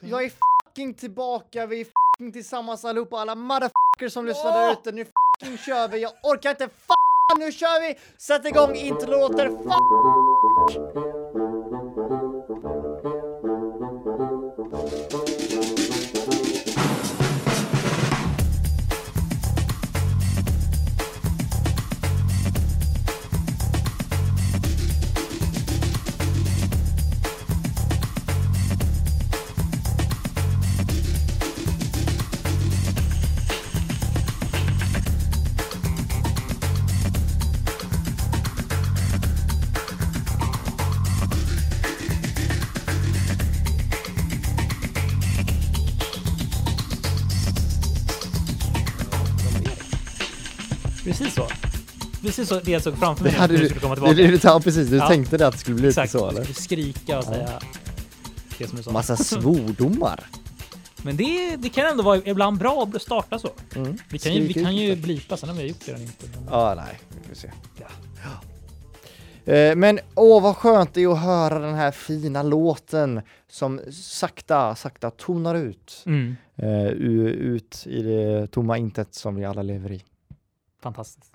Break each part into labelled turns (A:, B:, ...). A: Jag är fucking tillbaka, vi är fucking tillsammans allihopa, alla motherfuckers som lyssnar där ute. Nu fucking kör vi, jag orkar inte fan, nu kör vi! Sätt igång introlåter, fuck!
B: Precis så. Precis så det jag såg framför mig
C: hade
B: när du
C: du-
B: skulle komma
C: Det
B: tillbaka.
C: är lite, ja, precis, du
B: Ja.
C: tänkte det att det skulle bli lite
B: Exakt,
C: så
B: du
C: eller?
B: skulle skrika och säga det som du sa.
C: Massa svordomar.
B: Men det, det kan ändå vara ibland bra att starta så.
C: Mm.
B: Vi kan ju, vi
C: Skrik ut
B: kan ju
C: lite.
B: blipa sen om vi har gjort det eller inte. Men-
C: Ja, nej, vi får se.
B: Ja.
C: Eh, Men åh, vad skönt det är att höra den här fina låten som sakta, sakta tonar ut.
B: Mm.
C: eh, u- Ut i det tomma intet som vi alla lever i.
B: Fantastiskt.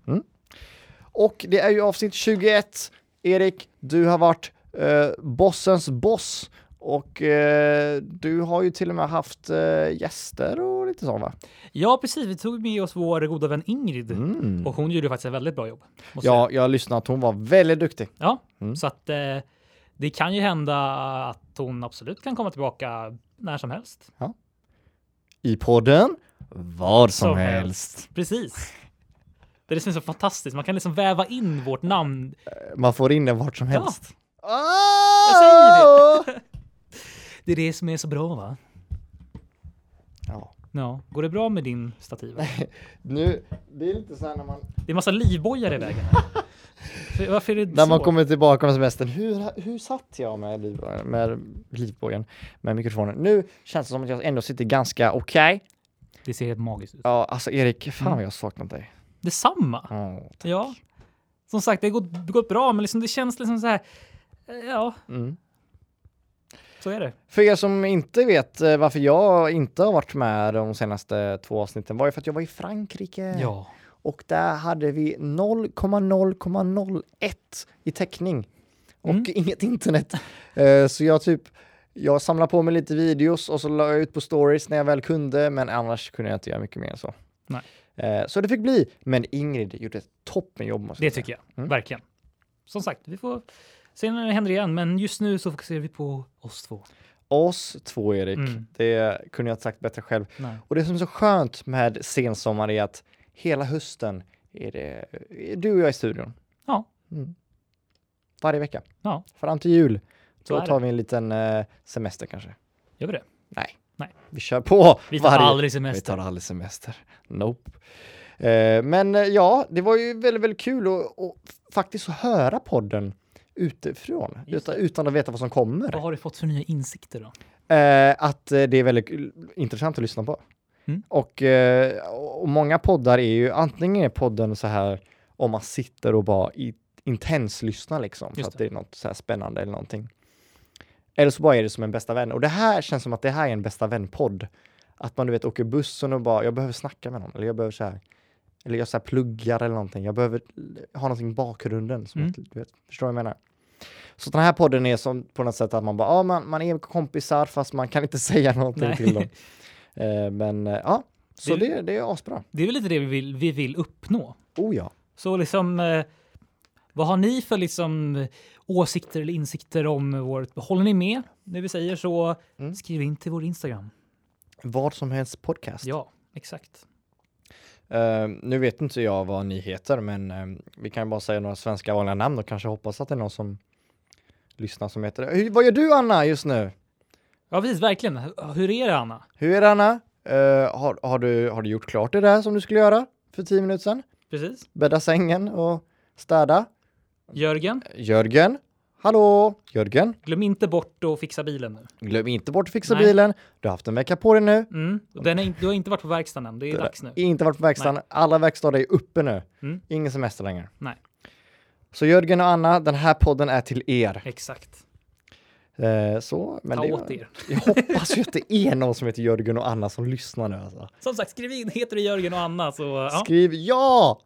C: Och det är ju avsnitt 21. Erik, du har varit eh, bossens boss och eh, du har ju till och med haft eh, gäster och lite sånt va?
B: Ja, precis. Vi tog med oss vår goda vän Ingrid
C: Mm.
B: och hon gjorde faktiskt ett väldigt bra jobb. måste jag
C: Ja, jag har lyssnat. Hon var väldigt duktig.
B: säga. ja.
C: Mm.
B: så att eh, det kan ju hända att hon absolut kan komma tillbaka när som helst.
C: I podden, vad som,
B: Som
C: helst.
B: Precis. Det är det som är så fantastiskt. Man kan liksom väva in vårt namn.
C: Man får in den vart som
B: Ja,
C: helst. Ah!
B: Jag säger
C: det!
B: det är det som är så bra, va?
C: ja.
B: Ja, går det bra med din stativ?
C: Nu, det är lite så här när man,
B: Det är massa livbojar i vägen. här. För- Varför är det
C: när
B: så?
C: man kommer tillbaka från semestern. Hur, hur satt jag med, liv, med livbågen, med mikrofonen? Nu känns det som att jag ändå sitter ganska okej.
B: Det ser helt magiskt ut.
C: Ja, alltså Erik, fan
B: Mm.
C: vad jag har saknat dig.
B: Detsamma.
C: Ja.
B: Ja. Som sagt, det har gått, gått bra, men liksom, det känns liksom så här. eh, Ja,
C: Mm.
B: så är det.
C: För er som inte vet eh, varför jag inte har varit med de senaste två avsnitten var ju för att jag var i Frankrike.
B: Ja.
C: Och där hade vi 0,0,01 i täckning. Och
B: Mm.
C: inget internet. Eh, Så jag typ, jag samlade på mig lite videos och så la jag ut på stories när jag väl kunde, men annars kunde jag inte göra mycket mer än så.
B: Nej.
C: Eh, Så det fick bli, men Ingrid gjorde ett toppenjobb. måste
B: Det
C: jag säga.
B: tycker jag.
C: Mm.
B: Verkligen. Som sagt, vi får se när det händer igen, men just nu så fokuserar vi på oss två.
C: Oss två, Erik.
B: Mm.
C: Det kunde jag inte sagt bättre själv.
B: Nej.
C: Och det som är så skönt med sensommar är att hela hösten är det är du och jag i studion.
B: Ja.
C: Mm. Varje vecka.
B: Ja.
C: Fram till jul.
B: Så är
C: Då
B: det.
C: tar vi en liten eh, semester kanske.
B: Gör vi det?
C: Nej.
B: Nej.
C: Vi kör på!
B: Vi tar
C: varje-
B: aldrig
C: Vi
B: semester.
C: tar aldrig semester. Nope. Eh, men eh, ja, det var ju väldigt, väldigt kul att och faktiskt höra podden utifrån.
B: Just
C: Utan, utan att veta vad som kommer.
B: Vad har du fått för nya insikter då?
C: Eh, att eh, det är väldigt kul- intressant att lyssna på.
B: Mm.
C: Och, eh, och många poddar är ju, antingen är podden så här om man sitter och bara i, intens lyssnar liksom, för
B: Just
C: att
B: det.
C: det är något så här spännande eller någonting. Eller så bara är det som en bästa vän. Och det här känns som att det här är en bästa vän-podd. Att man du vet åker bussen och bara, jag behöver snacka med någon, eller jag behöver så här, eller jag så här pluggar eller någonting, jag behöver ha någonting i bakgrunden. Som
B: Mm.
C: att, du vet, förstår du vad jag menar? Så den här podden är som på något sätt att man bara, ja, man, man är kompisar fast man kan inte säga någonting
B: Nej.
C: till dem. Eh, men eh, ja, så
B: Det-
C: det, det är asbra.
B: Det är väl lite det vi vill, vi vill uppnå.
C: Oh ja.
B: Så liksom, eh, vad har ni för liksom åsikter eller insikter om vårt? Håller ni med när vi säger så?
C: Mm.
B: Skriv in till vår Instagram.
C: Vad som helst podcast.
B: Ja, exakt.
C: Eh, nu vet inte jag vad ni heter, men eh, vi kan ju bara säga några svenska vanliga namn och kanske hoppas att det är någon som lyssnar som heter det. Hur, vad gör du Anna just nu?
B: Ja, precis, verkligen. Hur- Hur är det Anna?
C: Hur är det Anna? Eh, har, har, du, har du gjort klart det där som du skulle göra för tio minuter sedan?
B: Precis.
C: Bädda sängen och städa?
B: Jörgen,
C: Jörgen? Hallå? Jörgen?
B: glöm inte bort att fixa bilen nu.
C: Glöm inte bort att fixa
B: Nej.
C: bilen. Du har haft en vecka på dig nu.
B: Mm. Och Den är, inte- du har inte varit på verkstaden än. Det är dags nu.
C: Inte varit på verkstaden. Alla verkstäder är uppe nu.
B: Mm.
C: Ingen semester längre.
B: Nej.
C: Så Jörgen och Anna, den här podden är till er.
B: Exakt.
C: Eh, så, men
B: Ta
C: det,
B: åt er.
C: jag hoppas ju att det är någon som heter Jörgen och Anna som lyssnar nu alltså.
B: Som sagt, skriv in. Heter du Jörgen och Anna så ja,
C: Skriv ja!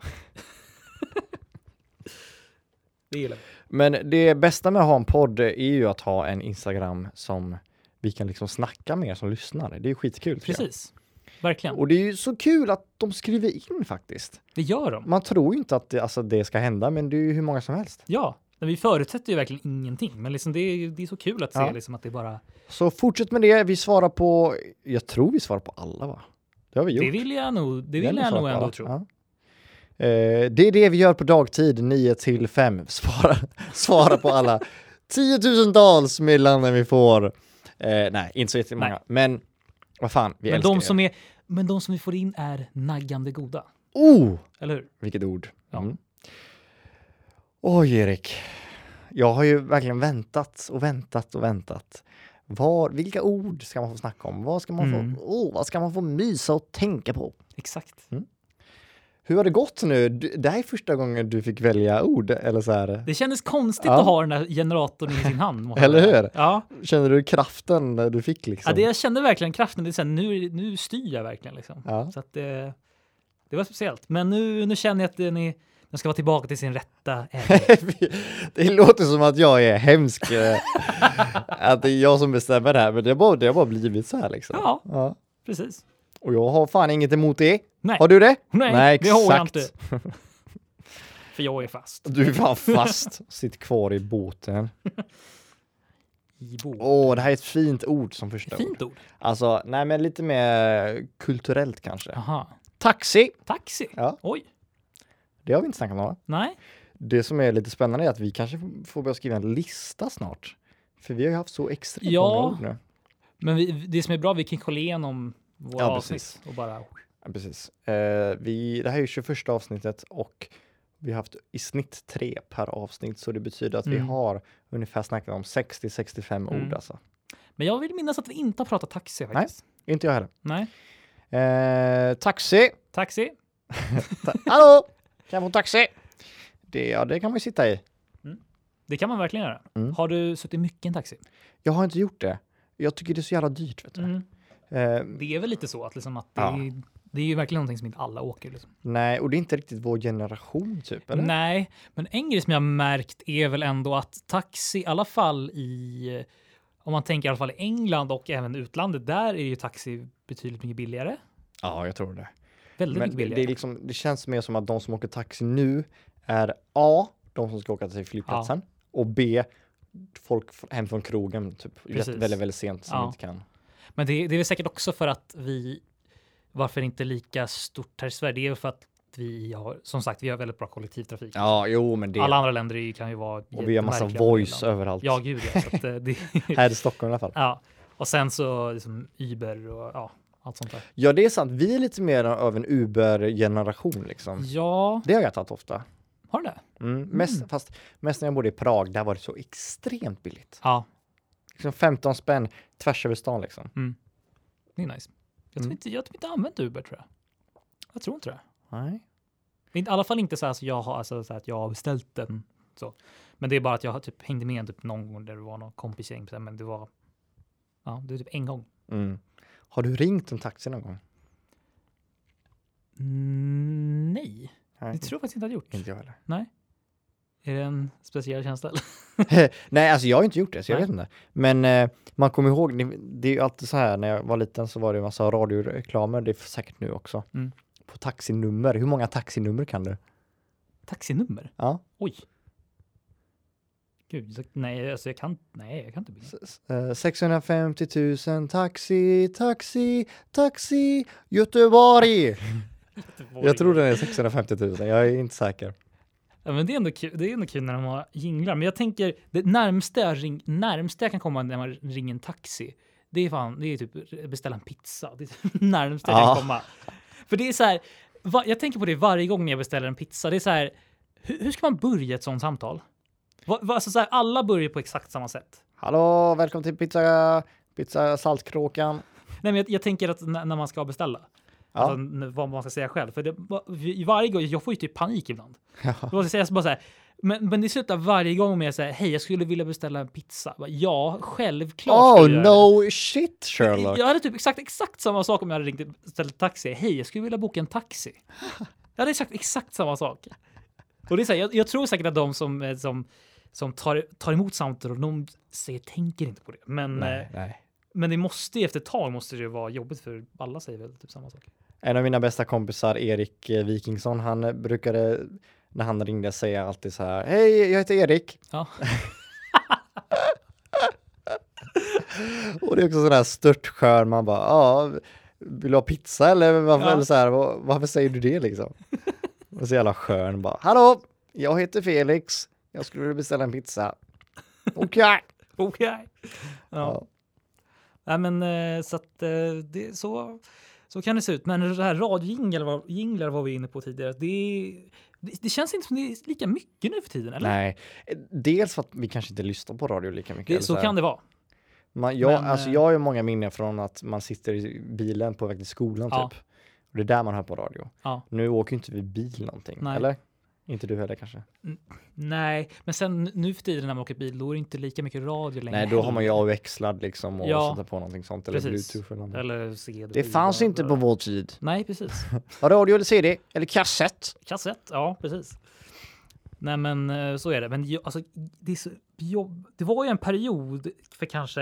B: det gillar vi.
C: Men det bästa med att ha en podd är ju att ha en Instagram som vi kan liksom snacka med er som lyssnar. Det är skitkul. tycker jag.
B: Precis. Verkligen.
C: Och det är ju så kul att de skriver in faktiskt.
B: Det gör de.
C: Man tror ju inte att det, alltså, det ska hända, men det är ju hur många som helst.
B: Ja, men vi förutsätter ju verkligen ingenting. Men liksom det, är, det är så kul att se
C: Ja.
B: liksom att det bara...
C: Så fortsätt med det. Vi svarar på, jag tror vi svarar på alla va? Det har vi gjort.
B: Det vill jag nog, det
C: Vi har
B: vill jag
C: svarat
B: nog
C: på alla.
B: ändå tro.
C: Ja. Eh, det är det vi gör på dagtid 9 till 5. Svara, svara på alla tiotusentals meddelanden vi får. Eh, nej, inte så jättemånga.
B: Nej.
C: Men vad fan, vi
B: Men
C: älskar
B: de,
C: er.
B: som är, men de som vi får in är naggande goda.
C: Oh!
B: Eller hur?
C: Vilket ord.
B: Ja.
C: Mm. Oj, Erik. Jag har ju verkligen väntat och väntat och väntat. Var, vilka ord ska man få snacka om? Vad ska man,
B: Mm.
C: få, oh, vad ska man få mysa och tänka på?
B: Exakt.
C: Hur har det gått nu? Du, det här är första gången du fick välja ord, eller så här.
B: Det kändes konstigt
C: Ja.
B: att ha den där generatorn i sin hand. måste jag
C: Eller
B: säga.
C: hur?
B: Ja.
C: Känner du kraften du fick liksom?
B: ja det, jag kände verkligen kraften. Det är så här, nu, nu styr jag verkligen. Liksom.
C: Ja.
B: Så att det, det var speciellt. Men nu, nu känner jag att den, är, den ska vara tillbaka till sin rätta ägare.
C: det låter som att jag är hemsk. eh, att det är jag som bestämmer det här, men det har bara, det har bara blivit så här liksom.
B: Ja. Precis.
C: Och jag har fan inget emot det.
B: Nej.
C: Har du det?
B: Nej, det har jag inte. För jag är fast.
C: Du är fan fast. Sitt kvar i båten.
B: I bo.
C: Åh, det här är ett fint ord som första ord.
B: Fint ord.
C: Alltså, nej men lite mer kulturellt kanske.
B: Aha.
C: Taxi!
B: Taxi.
C: Ja.
B: Oj.
C: Det har vi inte snackat om va?
B: Nej.
C: Det som är lite spännande är att vi kanske får börja skriva en lista snart. För vi har ju haft så extremt
B: Ja.
C: många ord nu.
B: Men vi, det som är bra, vi kan kolla igenom våra
C: Ja, precis.
B: avsnitt och bara...
C: Ja, precis. Eh, vi, det här är ju 21 avsnittet och vi har haft i snitt tre per avsnitt så det betyder att vi
B: Mm.
C: har ungefär snackat om 60-65 ord
B: Mm.
C: alltså.
B: Men jag vill minnas att vi inte har pratat taxi faktiskt.
C: Inte jag heller.
B: Nej.
C: Eh, taxi!
B: Taxi.
C: Ta- Hallå! Kan jag få taxi? Det, ja, det kan man ju sitta i.
B: Det kan man verkligen göra.
C: Mm.
B: Har du suttit mycket i en taxi?
C: Jag har inte gjort det. Jag tycker det är så jävla dyrt. Vet du.
B: Mm.
C: Eh,
B: Det är väl lite så att, liksom att det,
C: Ja.
B: är, det är ju verkligen någonting som inte alla åker. Liksom.
C: nej, och det är inte riktigt vår generation typ, eller?
B: Nej, men en grej som jag har märkt är väl ändå att taxi, i alla fall i, om man tänker i alla fall i England och även utlandet, där är ju taxi betydligt mycket billigare.
C: Ja, jag tror det.
B: Väldigt
C: Men
B: mycket
C: det, det,
B: billigare.
C: är liksom, det känns mer som att de som åker taxi nu är A, de som ska åka till flygplatsen och B, folk f- hem från krogen typ Jätte-
B: Precis.
C: väldigt, väldigt sent som
B: Ja.
C: inte kan.
B: Men det, det är väl säkert också för att vi, varför inte lika stort här i Sverige, det är väl för att vi har, som sagt, vi har väldigt bra kollektivtrafik.
C: Ja, jo, men det.
B: Alla andra länder är- kan ju vara
C: och vi har massa
B: jättemärkliga
C: voice
B: ibland.
C: överallt.
B: Ja, gud ja. Så att, eh, det,
C: Här i Stockholm i alla fall.
B: ja. Och sen så liksom Uber och ja, allt sånt där.
C: Ja, det är sant. Vi är lite mer av en Uber-generation
B: Mm.
C: liksom.
B: Ja,
C: Det har jag tagit ofta.
B: har du det?
C: Mm. Mest, fast mest när jag bodde i Prag, där var det så extremt billigt.
B: Ja,
C: Liksom 15 spänn tvärs över stan liksom.
B: det är nice. Jag tror
C: Mm.
B: inte jag har typ inte använt Uber tror jag. Jag tror inte det.
C: Nej.
B: Det är inte- I alla fall inte så här, så jag har, alltså, så här att jag har beställt den. Så. Men det är bara att jag har typ hängde med typ någon gång där det var någon kompisgäng. så här, Men det var, ja, det är typ en gång.
C: Mm. Har du ringt en taxi någon gång?
B: Mm, nej,
C: Nej,
B: det tror jag faktiskt inte jag hade gjort.
C: inte jag heller.
B: Nej. Är det en speciell känsla? eller?
C: Nej, alltså jag har inte gjort det, så jag
B: Nej.
C: vet inte. Men eh, man kommer ihåg, det- det är ju alltid så här, när jag var liten så var det en massa radioreklamer, det är säkert nu också.
B: Mm.
C: På taxinummer, hur många taxinummer kan du?
B: Taxinummer?
C: Ja.
B: Oj. Gud, så, nej, alltså jag kan, nej, jag kan inte. bygga.
C: S- eh, 650 000 taxi, taxi, taxi, Göteborg! Jag tror den är 650 000, jag är inte säker.
B: Ja, men det, är ändå kul, det är ändå kul när de har jinglar. Men jag tänker, det närmsta jag, ring, närmsta jag kan komma när man ringer en taxi, det är, fan, det är typ beställa en pizza. Det är typ närmsta jag
C: Ja.
B: kan komma. För det är så här, va, jag tänker på det varje gång när jag beställer en pizza. Det är så här, hur, hur ska man börja ett sånt samtal? Va, va, alltså så här, alla börjar på exakt samma sätt.
C: Hallå, välkommen till pizza, pizza Saltkråkan.
B: Nej, men jag, jag tänker att när, när man ska beställa.
C: Ja.
B: Alltså, n- vad man ska säga själv. För det, va- vi- varje gång, jag får ju typ panik ibland. Jag måste säga så bara så här, men, men det slutar varje gång med så här, hej, jag skulle vilja beställa en pizza. Jag Bara, ja, självklart ska
C: Oh
B: jag göra det."
C: no shit Sherlock.
B: Jag hade typ exakt, exakt samma sak om jag hade ringt och beställt taxi. Hej, jag skulle vilja boka en taxi. Jag hade sagt exakt samma sak. Och det är så här, jag, jag tror säkert att de som, eh, som, som tar, tar emot samtal, de säger, tänker inte på det. Men, eh,
C: Nej, nej.
B: men det måste ju efter ett tag måste det ju vara jobbigt för alla säger väl typ samma sak.
C: En av mina bästa kompisar, Erik eh, Wikingsson, han eh, brukade när han ringde säga alltid så här. Hej, jag heter Erik.
B: Ja.
C: Och det är också sån här störtskör, man bara, ja, vill du ha pizza eller varför,
B: Ja.
C: eller så här, "Var- varför säger du det liksom? Och så jävla skön bara, hallå, jag heter Felix, jag skulle vilja beställa en pizza. Okej.
B: Okej. Ja.
C: Ja.
B: Nej, men eh, så att eh, det så. Så kan det se ut. Men det här radiojinglar var, jinglar var vi inne på tidigare. Det, det, det känns inte som det är lika mycket nu för tiden. Eller?
C: Nej, dels för att vi kanske inte lyssnar på radio lika mycket.
B: det,
C: eller
B: så
C: här.
B: kan det vara.
C: Man, jag,
B: Men,
C: alltså,
B: eh,
C: jag har ju många minnen från att man sitter i bilen på väg till skolan
B: Ja.
C: typ. Och det är där man hör på radio.
B: Ja.
C: Nu åker ju inte vi bil någonting,
B: Nej.
C: eller? Inte du heller kanske?
B: Nej, men sen nu för tiden när man åker bil, då är det inte lika mycket radio längre.
C: Nej, då har man ju
B: heller.
C: avväxlad liksom och
B: Ja.
C: sätta på någonting sånt eller
B: Precis.
C: bluetooth eller någonting.
B: Eller CD.
C: Det fanns inte på vår tid.
B: Nej, precis.
C: Radio eller CD eller kassett.
B: Kassett, ja precis. Nej men eh, så är det. Men jag- alltså, det, är så jobb... det var ju en period för kanske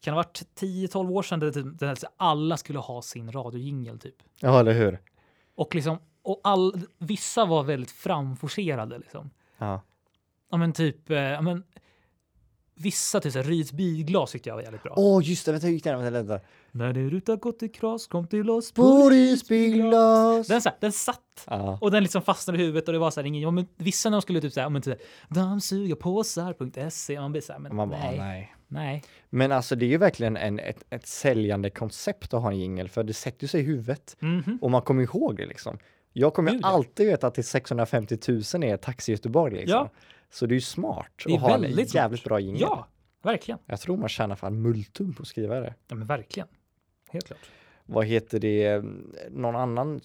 B: kan det ha varit 10-12 år sedan där typ- där alla skulle ha sin radiojingel typ.
C: Ja, eller hur?
B: Och liksom och all, vissa var väldigt framforcerade liksom.
C: Ja.
B: Ja men typ, eh, ja, men, vissa typ så här, Ryds bilglas tyckte jag var jävligt bra.
C: Åh, oh, just det. Vänta, hur gick den? Vänta, vänta.
B: När det rutar gått i kras kom till oss.
C: Polisbilglas.
B: Den, så här, den satt
C: Ja.
B: och den liksom fastnade i huvudet och det var så här ingen, ja, men vissa när de skulle typ så här, ja, men typ dammsugarpåsar.se, man blir så här, men
C: Man bara, nej.
B: nej, nej.
C: nej. Men alltså det är ju verkligen en, ett, ett säljande koncept att ha en jingel för det sätter ju sig i huvudet
B: Mhm.
C: och man kommer ihåg det liksom. Jag kommer ju
B: Gud, ja.
C: alltid veta att det är 650 000 är Taxi Göteborg liksom.
B: Ja.
C: Så det är ju smart
B: Det är
C: att ha en
B: väldigt
C: jävligt
B: smart.
C: bra jingel.
B: Ja, verkligen.
C: Jag tror man tjänar fan multum på att skriva det.
B: Ja, men verkligen. Helt klart.
C: vad heter det, någon annan,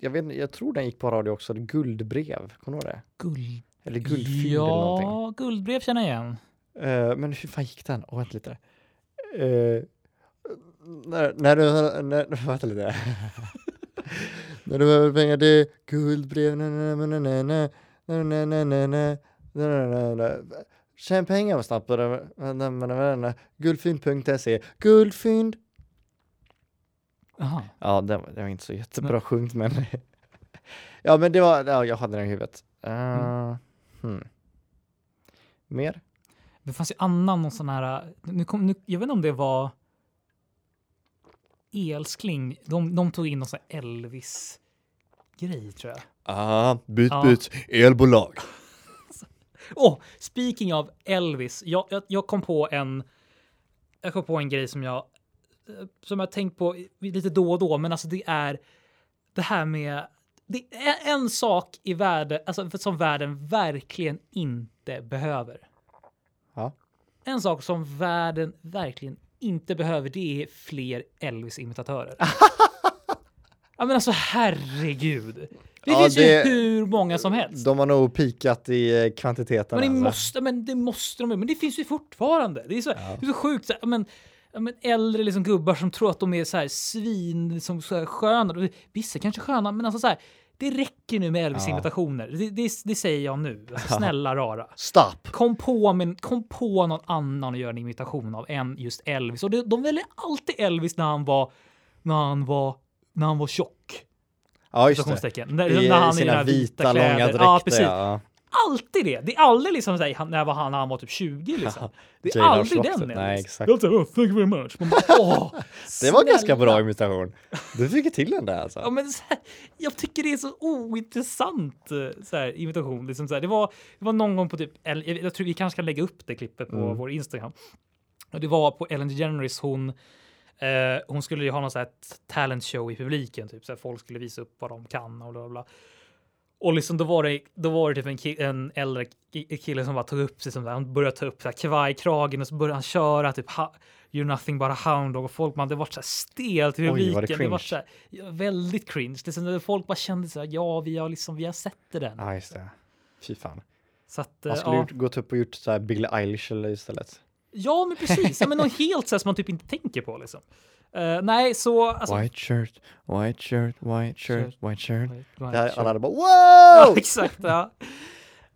C: jag, vet, inte, jag tror den gick på radio också, det guldbrev, kommer du ihåg det?
B: Guld.
C: Eller guldfynd eller någonting.
B: Ja, guldbrev känner jag igen.
C: Eh, men hur fan gick den? Oh, vänta lite. Eh, när, när du, när, vänta lite. när du behöver pengar till guldbrev, na, na, na, na, na, na, na, na, na, na, na, na, na, na, na. Tjäna pengar vad snabbt, na, na, na, na, na. guldfynd.se, guldfynd.
B: Jaha.
C: Ja, det var, det var inte så jättebra sjungt, men... ja, men det var... Ja, jag hade den i huvudet. Eh, hmm. Mer?
B: Det fanns ju annan någon sån här, nu kom, nu, jag vet inte om det var Elskling, de, de tog in någon sån här Elvis-grej tror jag.
C: Ah, byt,
B: Ja. byt.
C: Elbolag.
B: Oh, speaking of Elvis, jag, jag, jag kom på en. Jag kom på en grej som jag eh, som jag tänkt på i- lite då och då, men alltså det är det här med. Det är en sak i världen alltså, för- som världen verkligen inte behöver.
C: Ja.
B: En sak som världen verkligen inte behöver, det är fler Elvis-imitatörer. ja, men alltså herregud. Det
C: Ja,
B: finns
C: det-
B: ju hur många som helst.
C: De har nog pikat i eh, kvantiteten.
B: Alltså- Men det,
C: alltså.
B: måste, men det måste de ju. Men det finns ju fortfarande. Det är så, det är så sjukt. Så här, men, ja, men äldre liksom gubbar som tror att de är så här svin, som så här sköna. Och Vissa kanske är sköna, men alltså så här, det räcker nu med Elvis
C: Ja.
B: imitationer. Det, det, det säger jag nu. Alltså, snälla rara.
C: Stopp!
B: Kom på, men, kom på någon annan och gör en imitation av en just Elvis. Och det, de väljer alltid Elvis när han var, när han var, när han var tjock.
C: Ja, just det.
B: Citationstecken. När,
C: I,
B: när han
C: i
B: är den
C: sina
B: här
C: vita, långa
B: kläder.
C: dräkter.
B: Ja, precis
C: ja.
B: alltid det. Det är aldrig liksom såhär, han, när var han, när han var typ 20 liksom. Det är
C: Jay Lars
B: aldrig
C: Rockstedt.
B: den.
C: Nej,
B: Elvis.
C: exakt.
B: Jag säger, oh, thank you very much. Man bara, åh,
C: Det var en ganska
B: snälla.
C: bra imitation. Du fick ju till den där alltså.
B: Ja, men så här, jag tycker det är så ointressant eh, så här, imitation. Liksom så här. Det, var, det var någon gång på typ, eller, jag, jag tror vi kanske kan lägga upp det klippet på
C: Mm.
B: vår Instagram. Och det var på Ellen DeGeneres, hon, eh, hon skulle ju ha någon så här t- talent show i publiken, typ så här, folk skulle visa upp vad de kan och bla bla. bla. Och liksom då var det, då var det typ en, ki- en äldre ki- kille som bara tog upp sig som där, han började ta upp så här kavajkragen och så började han köra typ ha, You're nothing but a hound dog och folk man det var så här stelt i
C: Oj, vad det
B: publiken. det, var
C: cringe.
B: så här, ja, väldigt cringe. Liksom, när folk bara kände så här ja vi har liksom vi har sett det den.
C: Ja, just det. Fy fan.
B: Så att, eh,
C: Man skulle
B: ja.
C: gjort, gått upp och gjort så här Billie Eilish eller istället.
B: ja men precis, ja, men något helt så här som man typ inte tänker på liksom. Eh, nej så alltså.
C: White shirt, white shirt, white shirt, white shirt.
B: White
C: Det här,
B: shirt.
C: alla hade bara
B: Ja,
C: wow!
B: exakt. Ja.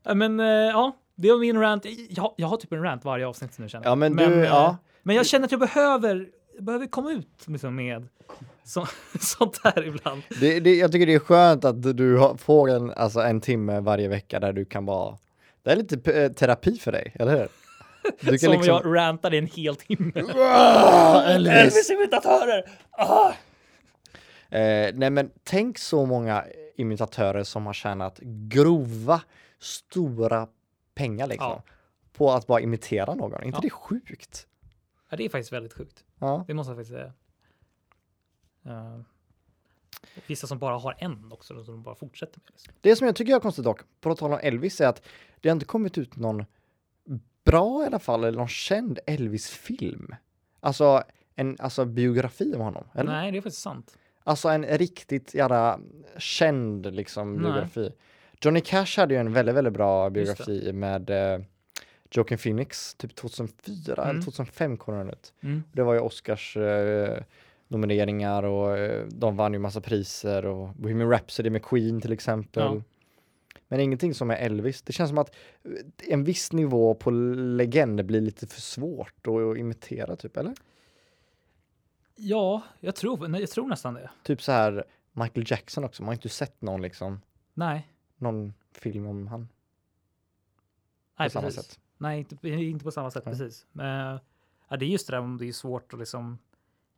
B: Ja, Men eh, ja, det var min rant. Jag, jag har typ en rant varje avsnitt nu känner jag.
C: Ja, men du-
B: eh,
C: ja.
B: men jag känner att jag behöver, behöver komma ut liksom med så, sånt här ibland.
C: Det, det, jag tycker det är skönt att du har, får en, alltså en timme varje vecka där du kan vara... Det är lite p- eh, terapi för dig, eller hur? Du
B: Som
C: kan liksom...
B: jag rantar i en hel timme.
C: Ah, Elvis!
B: Elvis-imitatörer! Ah!
C: Eh, nej men tänk så många imitatörer som har tjänat grova, stora pengar liksom.
B: Ja.
C: På att bara imitera någon. Är inte
B: Ja.
C: det sjukt?
B: Ja, det är faktiskt väldigt sjukt.
C: Ja.
B: Det måste jag faktiskt säga. Eh, vissa som bara har en också, som de bara fortsätter med. Liksom.
C: Det som jag tycker är konstigt dock, på tal om Elvis, är att det har inte kommit ut någon bra i alla fall, eller någon känd Elvis-film. Alltså en alltså, biografi om honom. Eller?
B: Nej, det är faktiskt sant.
C: Alltså en riktigt jävla känd liksom
B: Nej.
C: biografi. Johnny Cash hade ju en väldigt, väldigt bra
B: Just det.
C: biografi med eh, Joaquin Phoenix, typ 2004 eller
B: Mm.
C: 2005 kom den ut.
B: Mm.
C: Det var ju Oscars eh, nomineringar och eh, de vann ju massa priser och Bohemian Rhapsody med Queen till exempel.
B: Ja.
C: Men ingenting som är Elvis. Det känns som att eh, en viss nivå på legend blir lite för svårt att, att imitera typ, eller?
B: Ja, jag tror, nej, jag tror nästan det.
C: Typ så här Michael Jackson också, man har inte sett någon liksom
B: Nej.
C: någon film om han
B: Nej,
C: på samma
B: precis.
C: sätt.
B: Nej, inte, inte på samma sätt
C: Nej.
B: precis. Men, ja, det är just det där om det är svårt att liksom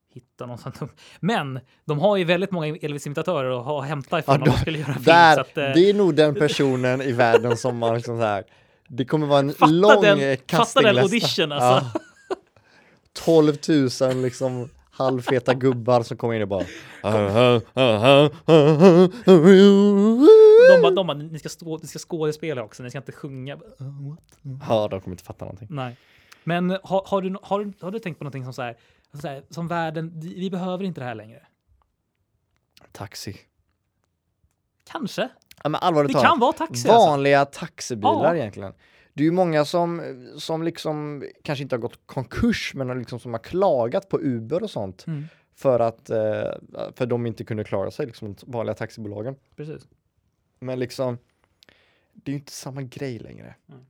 B: hitta någon sån. Men de har ju väldigt många Elvis-imitatörer att ha hämta ifrån
C: Ja,
B: om de
C: då-
B: skulle göra en film.
C: Där,
B: så att, eh,
C: det är nog den personen i världen som man liksom så här. Det kommer vara en
B: Fatta
C: lång
B: den-
C: eh,
B: fatta
C: castinglista.
B: den audition, alltså.
C: Ja. 12 000 liksom halvfeta gubbar som kommer in och bara. "Ah,
B: de bara, de bara, ni ska, stå, ni ska skådespela också, ni ska inte sjunga. Eh, what?
C: Ja, de kommer inte fatta någonting.
B: Nej. Men har, har, du, no- har, du- har du tänkt på någonting som så här, alltså så här som världen, vi vi behöver inte det här längre?
C: Taxi.
B: Kanske.
C: Ja, men allvarligt
B: Det
C: talat.
B: kan vara taxi. Alltså.
C: Vanliga taxibilar
B: Ja.
C: egentligen. Det är ju många som, som liksom kanske inte har gått konkurs men har liksom som har klagat på Uber och sånt
B: Mm,
C: för att eh, för de inte kunde klara sig, liksom de vanliga taxibolagen.
B: precis.
C: Men liksom, det är ju inte samma grej längre.
B: Mm.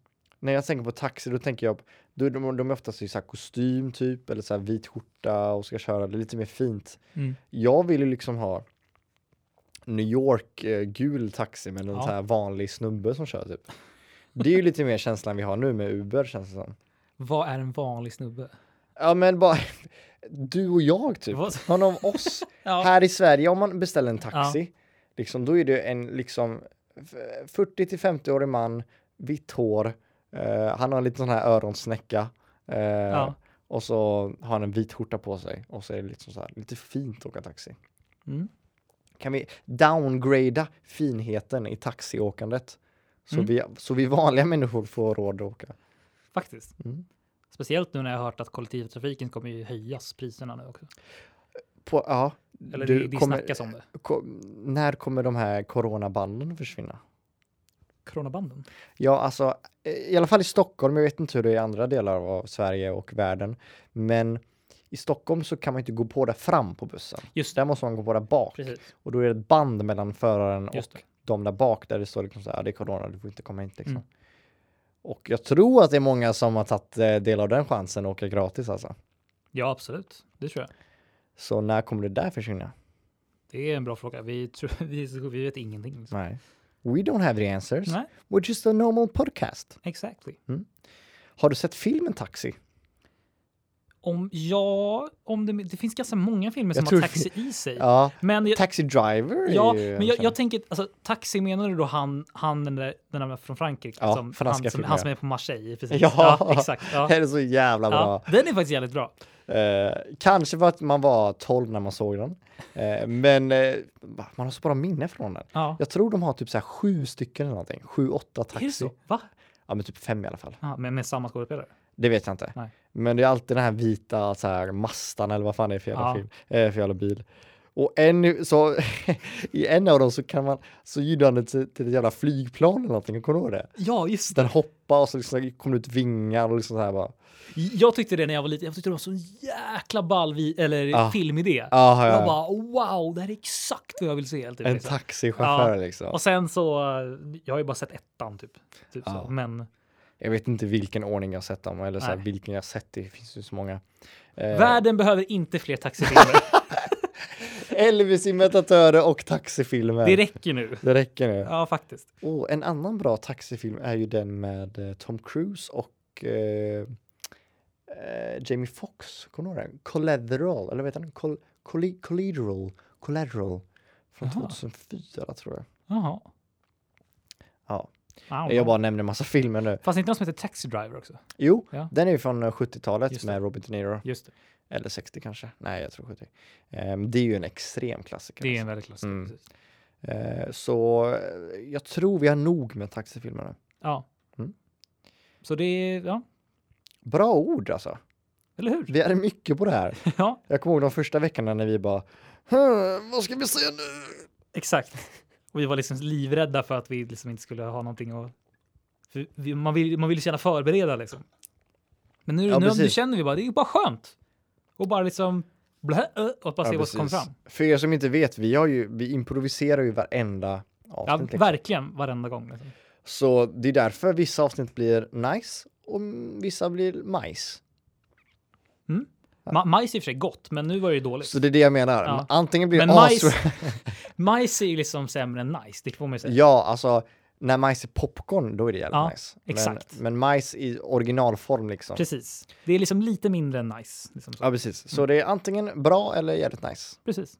C: När jag tänker på taxi, då tänker jag på, då, de, de är oftast i så här kostym typ, eller så här vit skjorta och ska köra det lite mer fint.
B: Mm.
C: Jag vill ju liksom ha New York eh, gul taxi med någon
B: Ja.
C: så här vanlig snubbe som kör typ. Det är ju lite mer känslan vi har nu med Uber känns det som.
B: Vad är en vanlig snubbe?
C: Ja men bara du och jag typ.
B: Vad-
C: Någon av oss.
B: Ja.
C: Här i Sverige om man beställer en taxi, liksom, då är det en liksom f- 40 till 50-årig man, vitt hår, eh, han har en liten sån här öronsnäcka. eh,
B: Ja.
C: Och så har han en vit skjorta på sig och så är det liksom så här, lite fint att åka taxi.
B: Mm.
C: Kan vi downgrada finheten i taxiåkandet? Så,
B: Mm.
C: vi, så vi vanliga människor får råd att åka.
B: Faktiskt.
C: Mm.
B: Speciellt nu när jag har hört att kollektivtrafiken kommer ju höjas priserna nu också.
C: På, ja,
B: Eller
C: du
B: det, det
C: kommer-
B: snackas om det.
C: ko, när kommer de här coronabanden försvinna?
B: Coronabanden.
C: Ja, alltså i alla fall i Stockholm. Jag vet inte hur det är i andra delar av Sverige och världen, men i Stockholm så kan man inte gå på där fram på bussen.
B: Just det,
C: Där måste man gå på där bak
B: precis.
C: och då är det ett band mellan föraren
B: Just
C: och
B: det.
C: de där bak där det står liksom så här, det är corona, du får inte komma in liksom.
B: Mm.
C: Och jag tror att det är många som har tagit eh, del av den chansen och åka gratis alltså.
B: Ja, absolut. Det tror jag.
C: Så när kommer det där försvinna?
B: Det är en bra fråga. Vi, tror, vi, vi vet ingenting. Liksom.
C: Nej. We don't have the answers.
B: Nej,
C: We're just a normal podcast.
B: exactly.
C: Har du sett filmen Taxi?
B: Om ja, om det, det finns ganska många filmer som
C: tror det
B: har taxi i sig.
C: Ja.
B: Men jag,
C: Taxi Driver
B: ja,
C: är ju en
B: men jag,
C: känd-
B: jag tänker, alltså, taxi menar du då han, han den där, den där från Frankrike?
C: Ja,
B: som,
C: franska
B: han, som,
C: filmer,
B: han
C: ja.
B: som är på Marseille, precis.
C: Ja.
B: exakt. Ja.
C: Det är så jävla bra.
B: Ja, den är faktiskt jävligt bra.
C: Eh, kanske för att man var 12 när man såg den. Eh, men eh, man har så bra minne från den.
B: Ja.
C: Jag tror de har typ så här sju stycken eller någonting. Sju, åtta
B: Är det
C: taxi.
B: så? Va?
C: Ja, men typ fem i alla fall.
B: Ja, men med samma skådespelare?
C: Det vet jag inte.
B: Nej.
C: Men det är alltid den här vita så här, mastan eller vad fan det är för jävla,
B: Ja.
C: film, eh, för jävla bil. Och en, så, i en av dem så kan man, så gynnar den till, till ett jävla flygplan eller någonting, kommer du ihåg det?
B: Ja, just
C: Den hoppar och så liksom kommer ut vingar och liksom så här bara.
B: Jag tyckte det när jag var liten. Jag tyckte det var så jäkla ball vi, eller
C: Ja.
B: filmidé.
C: Ja,
B: Jag
C: ja.
B: bara wow, det här är exakt vad jag vill se. Typ,
C: En
B: liksom.
C: taxichaufför
B: Ja.
C: liksom.
B: Och sen så, eh, jag har ju bara sett ettan typ. typ
C: Ja. Eh.
B: så. Men
C: Jag vet inte vilken ordning jag har sett dem eller så här,
B: Nej.
C: vilken jag har sett, det finns ju så många. Eh,
B: världen behöver inte fler taxifilmer.
C: Elvis-imitatörer och taxifilmer.
B: det räcker nu.
C: det räcker nu.
B: Ja, faktiskt.
C: Och en annan bra taxifilm är ju den med eh, Tom Cruise och eh, eh, Jamie Foxx. Kommer du ihåg den? Collateral, eller vad heter den? Col- colli- collateral, collateral. Från
B: Jaha.
C: 2004 tror jag.
B: Jaha.
C: Ja.
B: Wow.
C: Jag bara nämner massa filmer nu.
B: Fanns det inte någon som heter Taxi Driver också?
C: Jo,
B: Ja.
C: den är ju från eh, 70-talet
B: Just det.
C: med Robert De Niro.
B: Just det.
C: Eller 60 kanske. Nej, jag tror 70. Ehm, det är ju en extrem klassiker.
B: Det är
C: alltså.
B: en väldigt klassiker.
C: Mm.
B: precis.
C: Eh, så eh, jag tror vi har nog med taxifilmerna.
B: Ja.
C: Mm.
B: Så det är, ja,
C: Bra ord alltså.
B: eller hur?
C: Vi hade mycket på det här.
B: Ja,
C: Jag kommer ihåg de första veckorna när vi bara "Hm, vad ska vi se nu?
B: exakt. Och vi var liksom livrädda för att vi liksom inte skulle ha någonting att... för vi- Man vill, man vill så gärna förbereda liksom. Men nu,
C: Ja,
B: nu, nu
C: precis.
B: känner vi bara, det är bara skönt. Och bara liksom... Blä, ö, och bara se
C: Ja,
B: vad som kommer
C: precis.
B: fram.
C: För er som inte vet, vi, har ju, vi improviserar ju varenda
B: Ja,
C: avsnitt. liksom.
B: verkligen varenda gång. Liksom.
C: Så det är därför vissa avsnitt blir nice och vissa blir majs.
B: Ma- majs är i och för sig gott, men nu var det ju dåligt.
C: Så det är det jag menar.
B: Ja.
C: Antingen blir
B: Men
C: det
B: majs-
C: asra-
B: Majs är ju liksom sämre än nice, det får man ju säga.
C: Ja, alltså när majs är popcorn, då är det jävligt
B: Typ. Ja,
C: nice.
B: exakt.
C: Men, men majs i originalform liksom.
B: Precis. Det är liksom lite mindre än nice. Liksom så.
C: Ja, precis. Så det är antingen bra eller jävligt nice.
B: Precis.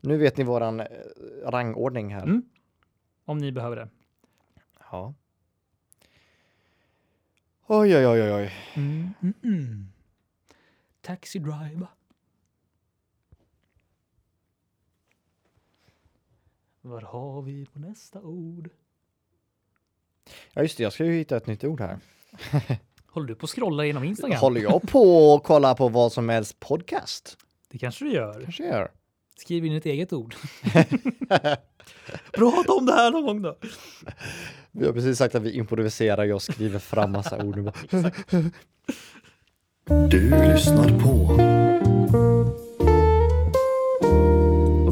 C: Nu vet ni våran eh, rangordning här.
B: Mm. Om ni behöver det.
C: Ja. Oj, oj, oj, oj, oj.
B: Mm, mm, mm. Taxi driver. Vad har vi på nästa ord?
C: Ja just det, jag ska ju hitta ett nytt ord här.
B: Håller du på att scrolla genom Instagram?
C: Håller jag på att kolla på vad som helst podcast?
B: Det kanske du gör.
C: Kanske jag gör.
B: Skriv in ett eget ord. Prata om det här någon gång då.
C: Vi har precis sagt att vi improviserar, jag skriver fram massa ord. och bara-
D: Du lyssnar på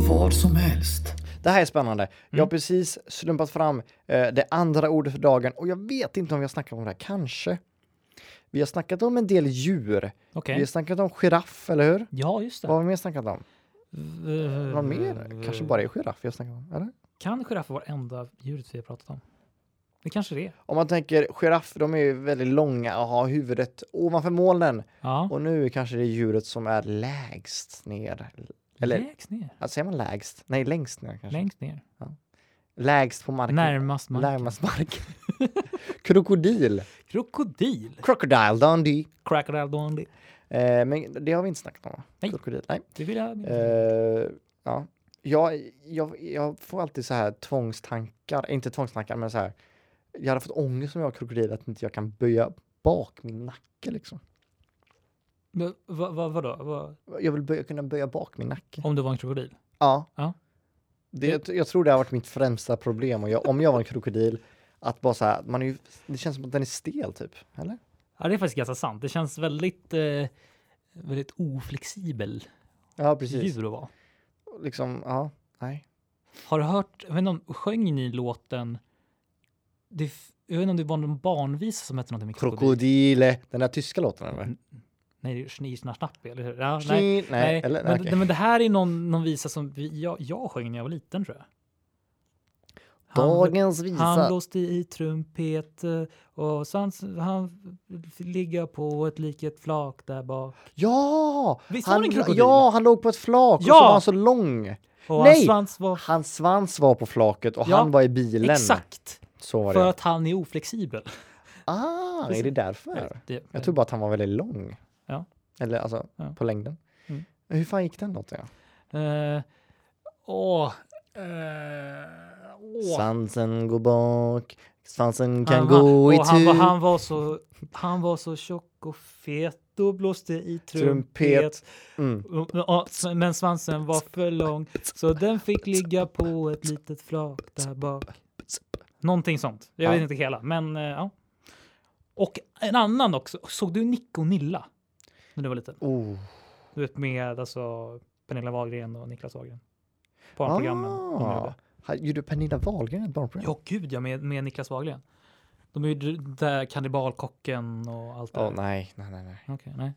D: vad som helst.
C: Det här är spännande. Jag har
B: Mm.
C: precis slumpat fram eh, det andra ordet för dagen och jag vet inte om vi har snackat om det här. Kanske. Vi har snackat om en del djur.
B: Okej.
C: Vi har snackat om giraff, eller hur?
B: Ja, just det.
C: Vad har vi mer snackat om? Någon
B: Någon
C: mer? Kanske bara är giraff jag snackar om, eller?
B: Kan giraffer vara enda djuret vi har pratat om? Det kanske det är.
C: Om man tänker giraff, de är ju väldigt långa och har huvudet ovanför molnen.
B: Ja.
C: Och nu kanske det är djuret som är lägst ner. Eller
B: Lägst ner.
C: alltså, säger man lägst? Nej, längst ner kanske.
B: Längst ner.
C: Lägst på marken.
B: Närmast marken.
C: Närmast marken. Krokodil.
B: Krokodil.
C: Crocodile Dundee.
B: Crocodile Dundee.
C: Eh, men det har vi inte snackat om va?
B: Nej.
C: Krokodil. Nej.
B: Det vill jag minnas.
C: Eh, ja. jag, jag, jag får alltid så här tvångstankar, inte tvångstankar men så här. Jag hade fått ångest om jag var krokodil att inte jag kan böja bak min nacke liksom.
B: Men vad, vad, vadå? Vad,
C: Jag vill böja, kunna böja bak min nacke.
B: om du var en krokodil?
C: Ja.
B: Ja.
C: Det, jag tror det har varit mitt främsta problem och jag, om jag var en krokodil, att bara så här, man är ju, det känns som att den är stel typ, eller?
B: Ja, det är faktiskt ganska sant. Det känns väldigt, eh, väldigt oflexibel
C: Ja, precis.
B: djur att vara.
C: Liksom, ja, nej.
B: Har du hört, jag vet inte om, sjöng ni låten, det, f- jag vet inte om det var någon barnvisa som hette någonting med krokodil?
C: Krokodile, den där tyska låten eller?
B: Nej, det är Schnisnasnappi, eller hur? Ja, Mm, nej.
C: Nej, nej, eller?
B: men,
C: okej.
B: men det här är någon, någon visa som vi, jag, jag sjöng när jag var liten tror jag. Han-
C: Dagens
B: Han
C: visa.
B: blåste i trumpet eh, och sen, han f- ligga på ett liket flak där bak.
C: Ja!
B: Visst var
C: han,
B: det en krokodil?
C: ja, han låg på ett flak och
B: Ja!
C: så var han så lång. Nej!
B: Och hans svans var...
C: Hans svans var på flaket och
B: Ja,
C: han var i bilen.
B: Exakt!
C: Så var det.
B: För att han är oflexibel.
C: Ah, är det därför?
B: Det,
C: Jag tror bara att han var väldigt lång.
B: Ja.
C: Eller alltså,
B: Ja.
C: på längden.
B: Mm.
C: Hur fan gick den låten? Ja?
B: Eh, åh, eh, åh.
C: Svansen går bak, svansen kan
B: han,
C: gå
B: var-
C: i
B: och han, var-
C: tur.
B: han, var så, han var så tjock och fet och blåste i trumpet.
C: Trumpet. Mm.
B: Och- och- och- Men svansen var för lång så den fick ligga på ett litet flak där bak. Någonting sånt. Jag
C: Ja.
B: vet inte hela, men eh, ja. Och en annan också. Såg du Nick och Nilla? När du var liten?
C: Oh.
B: Du vet med alltså Pernilla Wahlgren och Niklas Wahlgren. Barnprogrammen. de gjorde.
C: Ah. Han- Gjorde Pernilla Wahlgren ett barnprogram?
B: Ja, gud ja, med, med Niklas Wahlgren. De är ju där kannibalkocken och allt det
C: Åh
B: där.
C: nej, nej, nej, nej.
B: Okej, nej.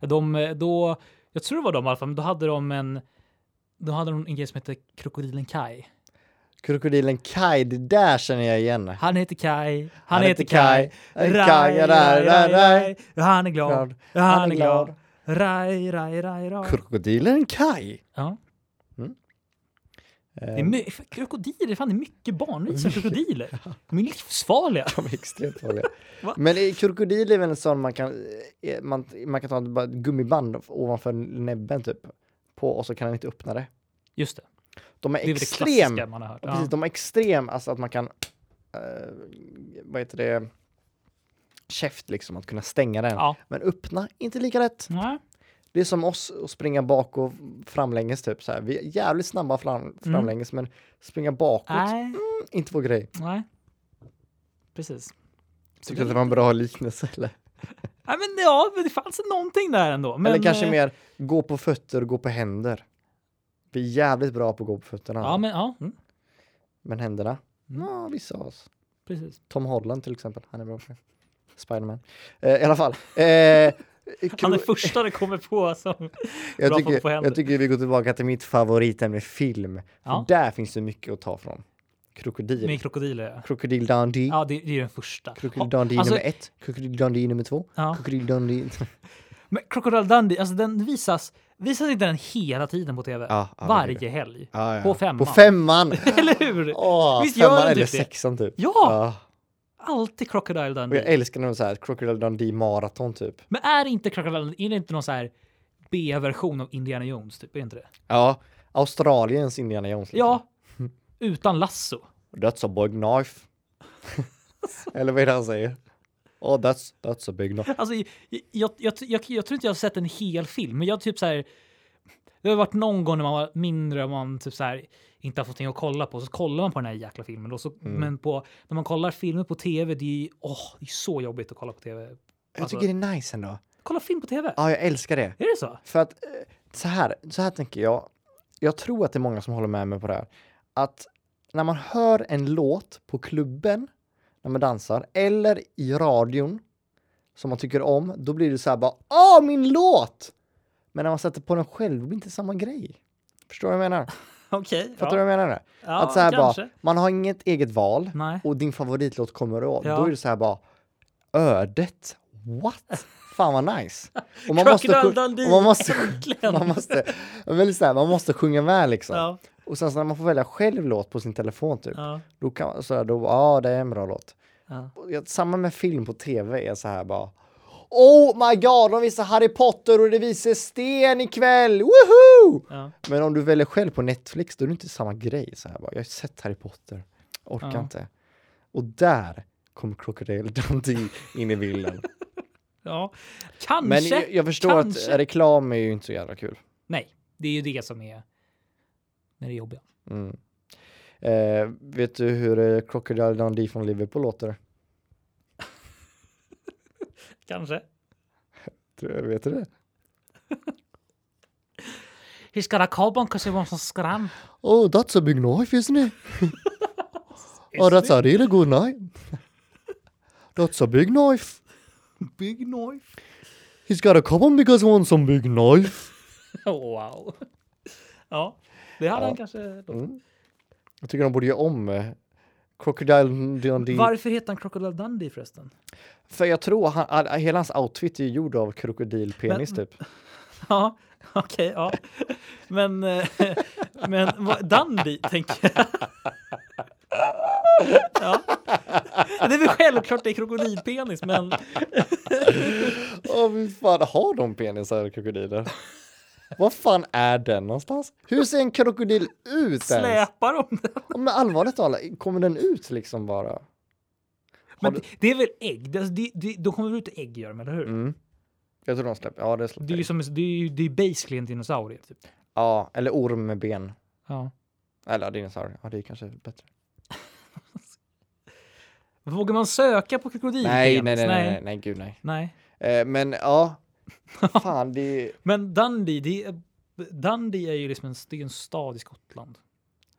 B: De, eh, då, jag tror det var de i alla fall, men då hade de en, då hade de en grej som hette Krokodilen Kai.
C: Krokodilen Kai, det där känner jag igen.
B: Han heter Kai, han, heter Kai.
C: Kai,
B: Raj, raj, raj, raj. Han är glad,
C: Glad.
B: han är glad. Raj, raj, raj, raj.
C: Krokodilen Kai.
B: Ja.
C: Mm.
B: Det är my- fan, krokodiler, fan det är mycket barnvis som krokodiler. De är livsfarliga.
C: De är extremt farliga.
B: Va?
C: Men eh, krokodil är väl en sån man kan, eh, man, man kan ta ett bara ett gummiband ovanför näbben typ. På och så kan den inte öppna det.
B: Just det,
C: De är,
B: det är väl det
C: extrem.
B: klassiska man har hört.
C: Ja. Precis,
B: Ja.
C: de är extrem, alltså att man kan, eh, vad heter det, käft liksom, att kunna stänga den.
B: Ja.
C: Men öppna, inte lika lätt.
B: Nej.
C: Det är som oss att springa bak och framlänges typ så här. Vi är jävligt snabba fram, framlänges men springa bakåt,
B: Mm. Nej.
C: inte vår grej.
B: Nej. Precis.
C: Tyckte att det var en bra liknelse eller?
B: Nej, men ja, men det fanns någonting där ändå. Men,
C: eller kanske
B: eh,
C: mer, gå på fötter och gå på händer. Vi är jävligt bra på att gå på fötterna.
B: Ja,
C: men...
B: men Mm. ja, mm,
C: händerna? Ja, vissa av oss.
B: precis.
C: Tom Holland till exempel, han är bra på det. Spiderman. Eh, I alla fall. Eh,
B: Han
C: kro-
B: är första det kommer på som...
C: jag,
B: Bra folk på
C: tycker,
B: händer.
C: jag tycker vi går tillbaka till mitt favoritämne, film.
B: Ja.
C: För där finns det mycket att ta från. Krokodil.
B: Med krokodiler. ja.
C: Krokodil Dundee.
B: Ja, det, det är den första.
C: Krokodil
B: Ja,
C: Dundee
B: alltså,
C: nummer ett. Krokodil Dundee nummer två.
B: Ja.
C: Krokodil Dundee...
B: Men Crocodile Dundee, alltså den visas... Visas inte den hela tiden på tv?
C: Ja, ja, det
B: Varje helg. På femman.
C: På femman!
B: Eller hur?
C: Åh,
B: Visst gör
C: femman
B: den
C: eller
B: typ det?
C: sexan typ.
B: Ja!
C: Ja.
B: Alltid Crocodile
C: Och jag
B: Dundee.
C: älskar när de säger Crocodile Dundee maraton typ.
B: Men är inte Crocodile Dundee, är det inte någon så här B-version av Indiana Jones, typ? Är inte det?
C: Ja. Australiens Indiana Jones. liksom.
B: Ja. Utan lasso.
C: That's a big knife. eller vad är det han säger? Oh, that's, that's a big knife.
B: Alltså, jag, jag, jag, jag, jag tror inte jag har sett en hel film, men jag typ så här. Det har varit någon gång när man var mindre och man typ så här inte har fått någonting att kolla på, så kollar man på den här jäkla filmen. Och så,
C: Mm.
B: Men på, när man kollar filmer på tv, det är, åh, det är så jobbigt att kolla på tv.
C: Jag
B: Alltså,
C: tycker det är nice ändå.
B: Kolla film på tv?
C: Ja, jag älskar det.
B: Är det så?
C: För att eh, så här, så här tänker jag. Jag tror att det är många som håller med mig på det här. Att när man hör en låt på klubben när man dansar eller i radion som man tycker om, då blir det så här bara Åh, min låt! Men när man sätter på den själv, det blir inte samma grej. Förstår du vad jag menar?
B: Okej.
C: Fattar du vad jag menar?
B: Ja,
C: att så här bara,
B: kanske.
C: man har inget eget val
B: Nej.
C: och din favoritlåt kommer och
B: Ja.
C: då är det så här bara ödet. What? Fan vad nice. Och man
B: Crocodile
C: sjung-
B: Dundee,
C: och man måste,
B: äntligen.
C: man måste, men väl så här, man måste sjunga med liksom.
B: Ja,
C: Och sen så när man får välja själv låt på sin telefon typ,
B: ja,
C: då kan man så här, då, ja ah, det är en bra låt.
B: ja.
C: Och jag- Samma med film på tv är så här bara Oh my god, de visar Harry Potter och det visar sten ikväll, woho!
B: ja.
C: Men om du väljer själv på Netflix, då är det inte samma grej. Så här, bara, jag har sett Harry Potter, orkar
B: Ja.
C: inte. Och där kom Crocodile Dundee in i bilden.
B: ja. Kanske.
C: Men jag, jag förstår
B: kanske.
C: att reklam är ju inte så jävla kul.
B: Nej, det är ju det som är när det är jobbiga.
C: Mm. Eh, vet du hur eh, Crocodile Dundee från Liverpool låter?
B: Kanske.
C: Tror jag- Vet du det?
B: Hur ska det komma? Kanske var som skram.
C: Oh, that's a big knife, isn't it? oh, that's a really good knife. That's a big knife.
B: Big knife.
C: He's got a common because he wants some big knife.
B: Wow. Ja, det hade
C: Ja.
B: han kanske.
C: Jag tycker de borde göra om eh, Crocodile Dundee.
B: Varför heter han Crocodile Dundee förresten?
C: För jag tror han, all, hela hans outfit är gjord av krokodilpenis
B: Men-
C: typ.
B: Ja, okej, ja. Men, eh, men vad- Dundee tänker jag. Ja. Det är väl självklart det är krokodilpenis, men
C: Åh fy fan, har de penisar krokodiler? Vad fan är den någonstans? Hur ser en krokodil ut ens?
B: släpar de det?
C: Ja, Men allvarligt talat, kommer den ut liksom bara?
B: Men det- det är väl ägg? Det, alltså, det, det, de kommer väl ut ägg, gör de, eller hur?
C: Mm. Jag tror de släpper, ja det
B: Det är
C: släpper.
B: ju som, det är ju det är basically en dinosaurie. Typ.
C: Ja, eller orm med ben.
B: Ja.
C: Eller ja, dinosaurier, ja det är kanske bättre.
B: Vågar man söka på krokodilpenis?
C: Nej, nej, nej, nej, nej, nej, gud nej.
B: Nej.
C: Eh, men ja, fan det är,
B: Men Dundee, det är, Dundee är ju liksom en, det är en stad i Skottland.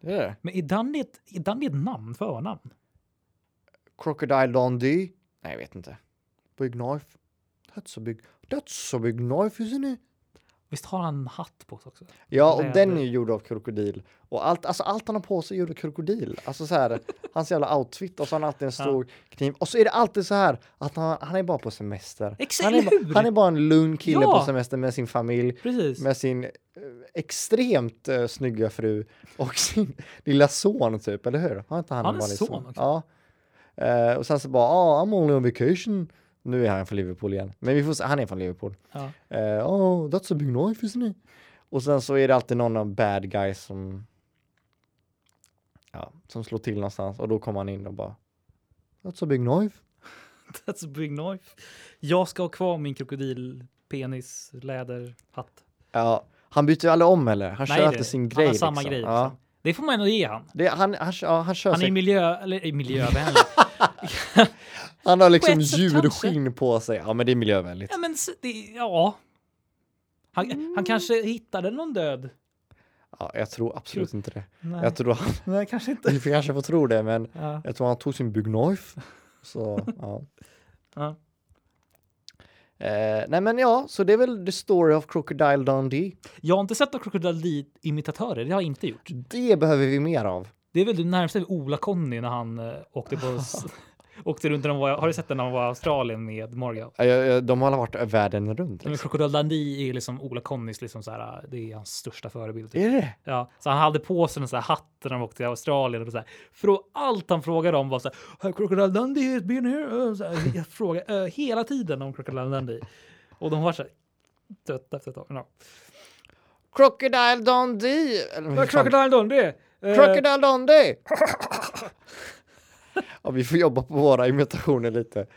C: det är det.
B: Men är Dundee ett, är Dundee ett namn, förnamn?
C: Crocodile Dundee? Nej, jag vet inte. Big knife. That's a big, that's a big knife, isn't it?
B: Visst har han en hatt på sig också?
C: Ja, och den är
B: Läder.
C: ju gjord av krokodil. Och allt, alltså allt han har på sig är gjord av krokodil. Alltså så här, hans jävla outfit och så har han alltid en stor kniv. Och så är det alltid så här att han, han är bara på semester.
B: Exakt,
C: han, är,
B: eller hur?
C: ba- han är bara en lugn kille
B: Ja.
C: på semester med sin familj,
B: Precis.
C: med sin eh, extremt eh, snygga fru och sin lilla son typ, eller hur? Har inte han,
B: Han
C: en
B: är
C: vanlig
B: son också.
C: Ja. Eh, och sen så bara, ah, I'm only on vacation. Nu är han från Liverpool igen. Men vi får se, han är från Liverpool.
B: Ja.
C: Eh, oh, that's a big knife, isn't it? Och sen så är det alltid någon av bad guys som ja, som slår till någonstans och då kommer han in och bara That's a big knife.
B: That's a big knife. Jag ska ha kvar min krokodilpenis, läderhatt.
C: Ja, han byter ju aldrig om eller? Han kör
B: det-
C: alltid sin
B: Han
C: grej.
B: har samma
C: liksom.
B: grej.
C: Ja.
B: Liksom. Det får man ändå ge han.
C: Det, han, han, kör- ja, han kör
B: Han är
C: sig,
B: miljö, eller är miljövänlig.
C: han har liksom
B: på ett sätt
C: djurskinn på sig. Ja men det är miljövänligt.
B: ja, men s- det, ja. Han, han kanske hittade någon död.
C: Ja, jag tror absolut inte det.
B: Nej,
C: Jag tror han,
B: Nej kanske inte.
C: vi får kanske får tro det men
B: Ja.
C: jag tror han tog sin big knife. Så ja.
B: Ja.
C: Eh, nej men ja, så det är väl the story of Crocodile Dundee.
B: Jag har inte sett några krokodil-imitatörer, det har jag inte gjort.
C: Det behöver vi mer av.
B: Det är väl det närmaste Ola-Conny när han eh, åkte, på, s- åkte runt, när de var, har du sett den när han var i Australien med Morgan?
C: Eh, eh, De har alla varit världen runt.
B: Men
C: Liksom.
B: Crocodile Dundee är liksom Ola-Connys, liksom så här, det är hans största förebild. typ.
C: Är det
B: Ja, så han hade på sig en sån här hatt när de åkte till Australien. Och så här, frå- allt han frågade om var så här, "Har Crocodile Dundee has been here. Och Så här, jag frågade eh, hela tiden om Crocodile Dundee. Och de var så här, trötta efter ett tag. Ja.
C: Crocodile Dundee! Eller, hur fan-
B: Crocodile Dundee! eh,
C: Crocodile Dundee! ja, vi får jobba på våra imitationer lite.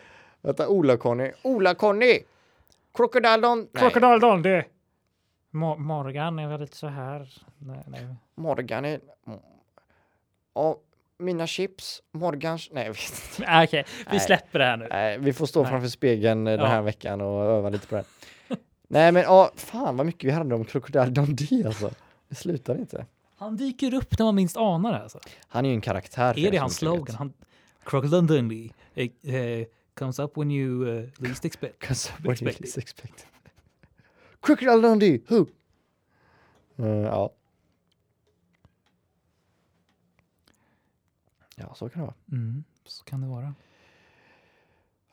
C: Vänta, Ola-Conny. Ola-Conny! Crocodile Dundee! Nej,
B: Crocodile Dundee! Mo- Morgan är väl lite så här. Nej, nej.
C: Morgan är... Ja, mina chips. Morgans... Nej, jag vet inte.
B: Nej, Ah, Okej, vi
C: Nej.
B: släpper det här nu.
C: Nej, vi får stå
B: Nej.
C: framför spegeln eh, den
B: Ja.
C: här veckan och öva lite på det. Nej men ja, fan vad mycket vi hade om Crocodile Dundee alltså. Det slutar inte.
B: Han dyker upp när man minst anar det. Alltså.
C: Han är ju en karaktär. för
B: Är
C: er
B: det
C: som
B: hans
C: inte vet.
B: slogan? Han, Crocodile Dundee eh, eh, comes up when you eh, least expect.
C: 'Cause what
B: Expect
C: is
B: it.
C: expected. Crocodile Dundee, who? Eh, ja. Ja, så kan det vara.
B: Mm, så kan det vara.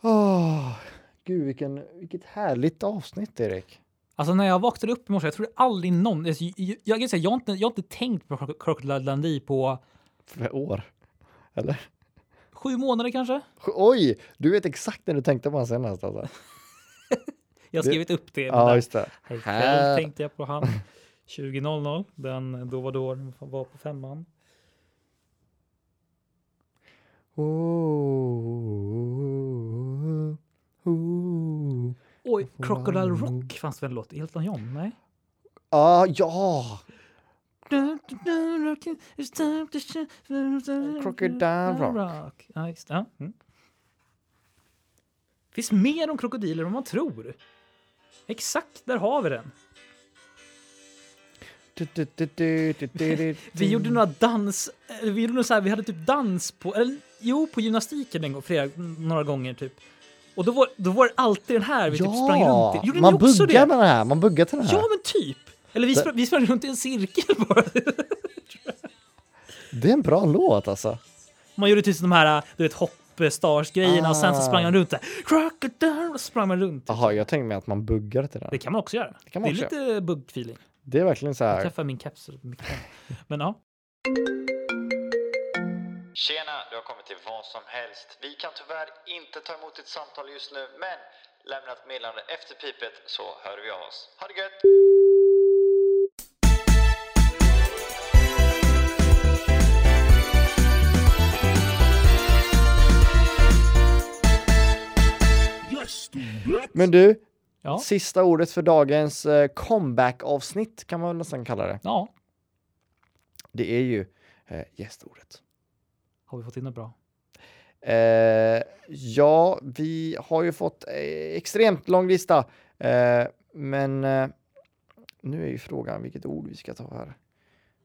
C: Åh, Ah, gud, vilken, vilket härligt avsnitt, Erik.
B: Alltså när jag vaknade upp i morse, jag trodde aldrig någon... alltså, Jag, jag, jag, kan säga, jag, har inte, jag har inte tänkt på Croc- Crocodile Dundee på
C: För år. Eller?
B: sju månader kanske.
C: Oj, du vet exakt när du tänkte på honom senast alltså.
B: Jag har
C: Det-
B: skrivit upp det.
C: Ja,
B: men
C: just det.
B: där-
C: Här.
B: Själv tänkte jag på han 20.00, den då var då var på femman.
C: Oh, oh.
B: Oj, Crocodile Rock fanns det väl en låt? Elton John? Nej?
C: Ah, ja!
B: It's time to shine-
C: Crocodile Rock.
B: Ja, just det. Ja. Mm. Finns mer om krokodiler än man tror. Exakt, där har vi den.
C: Du, du, du, du, du, du, du.
B: Vi gjorde några dans... eh, Vi gjorde något så här, vi hade typ dans på... Eller, jo, på gymnastiken en gång, flera, några gånger typ. Och då var, då var det alltid den här vi typ sprang runt i. Gjorde
C: man
B: ni också
C: buggar
B: det?
C: med den här, man buggar till den här.
B: Ja, men typ. Eller vi,
C: Det-
B: sprang, vi sprang runt i en cirkel bara.
C: Det är en bra låt alltså.
B: Man gjorde typ de här, du vet, hoppstars-grejerna och
C: Ah.
B: sen så sprang man runt där. Crocodile! Och sprang man runt.
C: Jaha, jag tänkte mig att man buggar till
B: Det
C: den.
B: kan man också göra. Det,
C: kan man också
B: är lite bug-feeling.
C: Det är verkligen så
B: Jag
C: här.
B: träffar min kapsel. mitt knä. Men ja.
E: Tjena, du har kommit till vad som helst. Vi kan tyvärr inte ta emot ditt samtal just nu, men lämna ett meddelande efter pipet så hör vi av oss. Ha det gött!
C: Men du,
B: Ja.
C: sista ordet för dagens eh, comeback-avsnitt kan man väl nästan kalla det.
B: ja.
C: Det är ju eh, gästordet.
B: Har vi fått in något bra?
C: Eh, ja, vi har ju fått eh, extremt lång lista, eh, men eh, nu är ju frågan vilket ord vi ska ta här.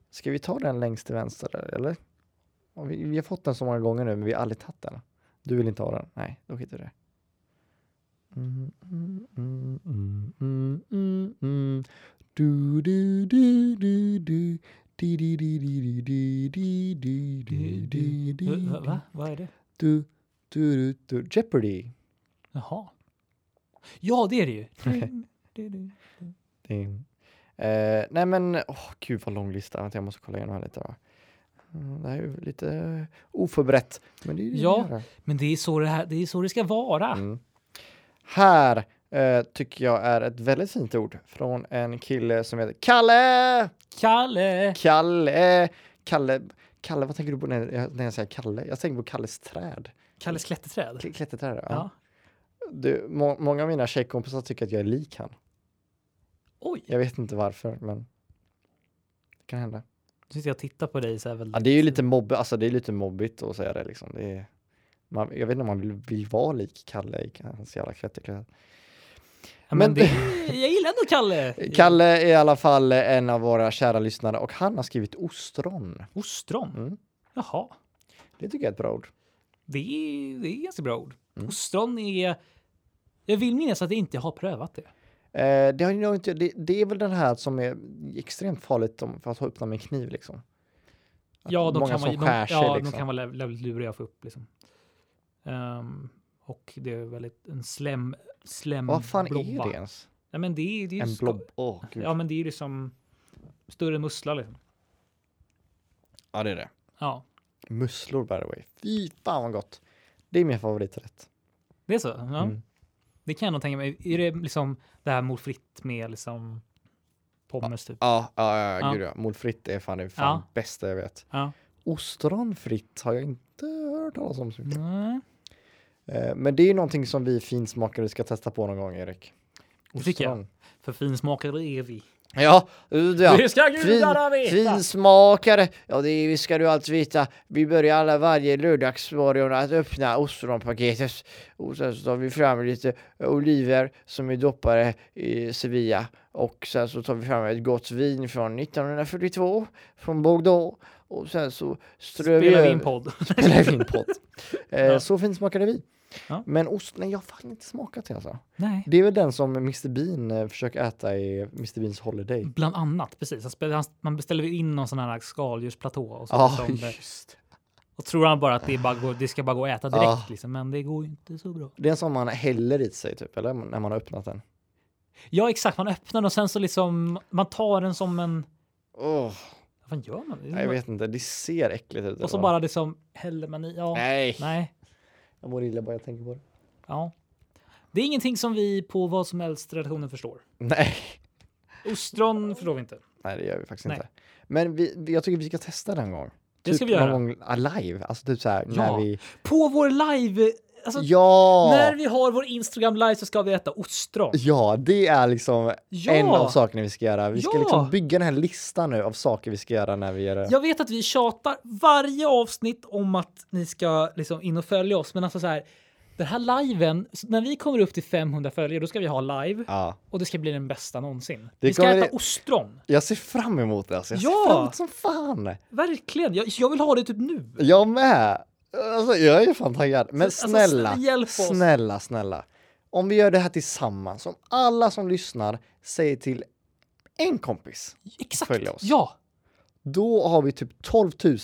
C: Ska vi ta den längst till vänster eller? Och Vi, vi har fått den så många gånger nu, men vi har aldrig tagit den. Du vill inte ha den? Nej, då skiter vi i det. Mm, mm, mm, mm, mm, mm, mm. Du, du, du, du, du. Di, di, di, di, di, di, di, di, di, di,
B: Va?
C: di.
B: Va? Vad är det?
C: Du, du, du, du. Jeopardy.
B: Jaha. Ja, det är det ju.
C: Mm, Ding. Eh, nej men, åh gud vad lång lista. Vänta, jag måste kolla igenom här lite. Va? Mm, Det här är ju lite oförberett. Men det är ju det vi
B: Ja.
C: gör
B: Men det är så det, här, det, är så det ska vara.
C: här. Mm. Här eh, tycker jag är ett väldigt fint ord från en kille som heter Kalle!
B: Kalle!
C: Kalle! Kalle, Kalle vad tänker du på när jag, när jag säger Kalle? Jag tänker på Kalles träd.
B: Kalles klätterträd.
C: Kl- Klätterträd, ja.
B: Ja.
C: Du, må, många av mina tjejkompisar tycker att jag är lik han.
B: Oj,
C: Jag vet inte varför, men det kan hända.
B: nu sitter jag och tittar på dig så här väldigt...
C: Ja, det är ju lite, mobb, alltså, det är lite mobbigt att säga det liksom. Det är, man, jag vet inte om man vill, vill vara lik Kalle i hans jävla klätterkläder.
B: Ja, men
C: men-
B: det, jag gillar ändå Kalle.
C: Kalle är i alla fall en av våra kära lyssnare och han har skrivit ostron.
B: Ostron.
C: Mm.
B: Jaha,
C: Det tycker jag är ett bra ord.
B: det är, det är ganska bra ord.
C: Mm.
B: Ostron är... Jag vill minnas att jag inte har prövat det.
C: Eh, det, har ju nog inte, det, det är väl den här som är extremt farligt om, för att öppna med en kniv
B: Mm,
C: liksom. Att
B: Ja, de
C: många
B: kan, vara,
C: som skär
B: de,
C: sig
B: ja
C: liksom.
B: de kan vara lä- jävligt luriga att få upp. Liksom. Ehm, och det är väldigt en slem... slem
C: Vad fan
B: blobba.
C: är det ens?
B: Ja, men det är, det är ju
C: En
B: sko-
C: blob? typ. Åh, gud.
B: Ja, men det är ju liksom större mussla. Liksom.
C: ja, det är det.
B: Ja,
C: Musslor by the way. Fy fan vad gott. Det är min favoriträtt.
B: det är så. Ja.
C: Mm.
B: Det kan jag nog tänka mig. Är det liksom det här mot fritt med liksom pommes typ?
C: Ja, ja, ja,
B: Ja.
C: gud ja. Målfritt är fan det fan
B: Ja.
C: bästa jag vet.
B: Ja.
C: Ostronfritt har jag inte hört talas om. så mycket.
B: Nej.
C: Eh, Men det är ju någonting som vi finsmakare ska testa på någon gång, Erik.
B: Det tycker jag. För finsmakare är vi.
C: Ja, uh, ja.
B: Det ska gudarna veta!
C: finsmakare, ja det ska du alltid veta. Vi börjar alla varje lördagsmorgon att öppna ostronpaketet. Och sen så tar vi fram lite oliver som är doppade i Sevilla. Och sen så tar vi fram ett gott vin från 1942 från Bordeaux. Och sen så strör
B: Spelar vi
C: över-
B: in podd.
C: spelar vi in podd. Eh,
B: Ja.
C: Så fint smakade vi.
B: Ja.
C: Men ost, nej jag har fan inte smakat det alltså.
B: Nej.
C: Det är väl den som Mr Bean eh, försöker äta i Mr Beans Holiday.
B: Bland annat, precis. Han spelar- han- Man beställer in någon sån här skaldjursplatå och, så
C: Ja,
B: som det-
C: just.
B: och tror han bara att det, bara går, det ska bara gå att äta direkt.
C: Ja.
B: Liksom. Men det går ju inte så bra.
C: Det är en som man häller i sig typ, eller? När man har öppnat den.
B: Ja, exakt. Man öppnar den och sen så liksom man tar den som en...
C: Åh,
B: Vad fan gör man?
C: nej, jag vet inte, det ser äckligt ut.
B: och så
C: eller vad?
B: bara liksom häller man i. Ja.
C: Nej!
B: Nej.
C: Jag mår illa bara jag tänker på det.
B: Ja. Det är ingenting som vi på vad som helst relationen förstår.
C: Nej,
B: Ostron förstår vi inte.
C: nej det gör vi faktiskt
B: Nej.
C: inte. Men vi, vi- jag tycker vi ska testa den gång.
B: Det
C: typ
B: ska vi göra.
C: Någon gång live, alltså typ så här
B: Ja.
C: när vi...
B: På vår live, alltså
C: Ja!
B: när vi har vår Instagram live så ska vi äta ostron.
C: Ja, det är liksom
B: Ja.
C: en av sakerna vi ska göra. Vi ska
B: Ja.
C: liksom bygga den här listan nu av saker vi ska göra när vi gör det.
B: Jag vet att vi tjatar varje avsnitt om att ni ska liksom in och följa oss, men alltså så här. Den här liven, så när vi kommer upp till 500 följare, då ska vi ha live
C: Ja.
B: och det ska bli den bästa någonsin.
C: Det
B: vi ska
C: kommer-
B: äta ostron.
C: Jag ser fram emot det alltså. Jag
B: Ja.
C: ser fram emot som fan.
B: Verkligen. Jag, jag vill ha det typ nu.
C: Jag med. Alltså, jag är fan taggad. Men
B: Alltså,
C: snälla,
B: snälla, hjälp oss.
C: snälla, snälla. Om vi gör det här tillsammans, om alla som lyssnar säger till en kompis,
B: Exakt.
C: Följ oss.
B: Ja,
C: då har vi typ 12 000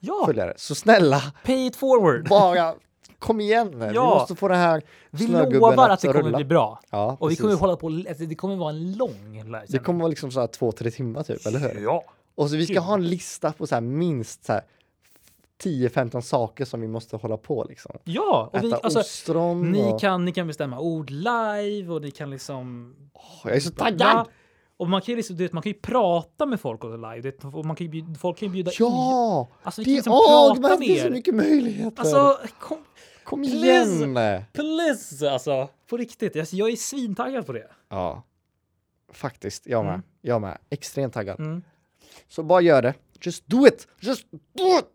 B: Ja,
C: följare. Så snälla,
B: pay it forward.
C: bara kom igen nu.
B: Ja.
C: Vi måste få den här
B: Vi
C: snögubben
B: lovar att det kommer
C: rulla.
B: bli bra.
C: Ja,
B: Och vi
C: precis.
B: kommer hålla på, alltså, det kommer vara en lång live.
C: Det kommer vara liksom så här två, tre timmar typ, eller hur?
B: Ja.
C: Och så vi ska
B: Gud.
C: ha en lista på så här minst så här 10-15 saker som vi måste hålla på liksom.
B: Ja, och
C: Äta
B: vi, alltså,
C: ostron
B: ni,
C: och...
B: kan, ni kan bestämma ord live och ni kan liksom...
C: Åh, jag är så taggad!
B: Ja. Och man kan ju, liksom, du vet, man kan ju prata med folk också live. Du vet, och man kan ju, bjud- folk kan ju bjuda i.
C: Ja!
B: Alltså,
C: Det
B: vi kan
C: är
B: liksom
C: jag!
B: prata
C: Man det är
B: mer.
C: så mycket möjligheter!
B: Alltså, kom,
C: Kom
B: please.
C: igen!
B: please alltså. På riktigt, alltså, jag är svintaggad på det.
C: Ja. Faktiskt, jag med.
B: Mm.
C: Jag med. Extremt taggad.
B: Mm.
C: Så bara gör det. Just do it! Just do it!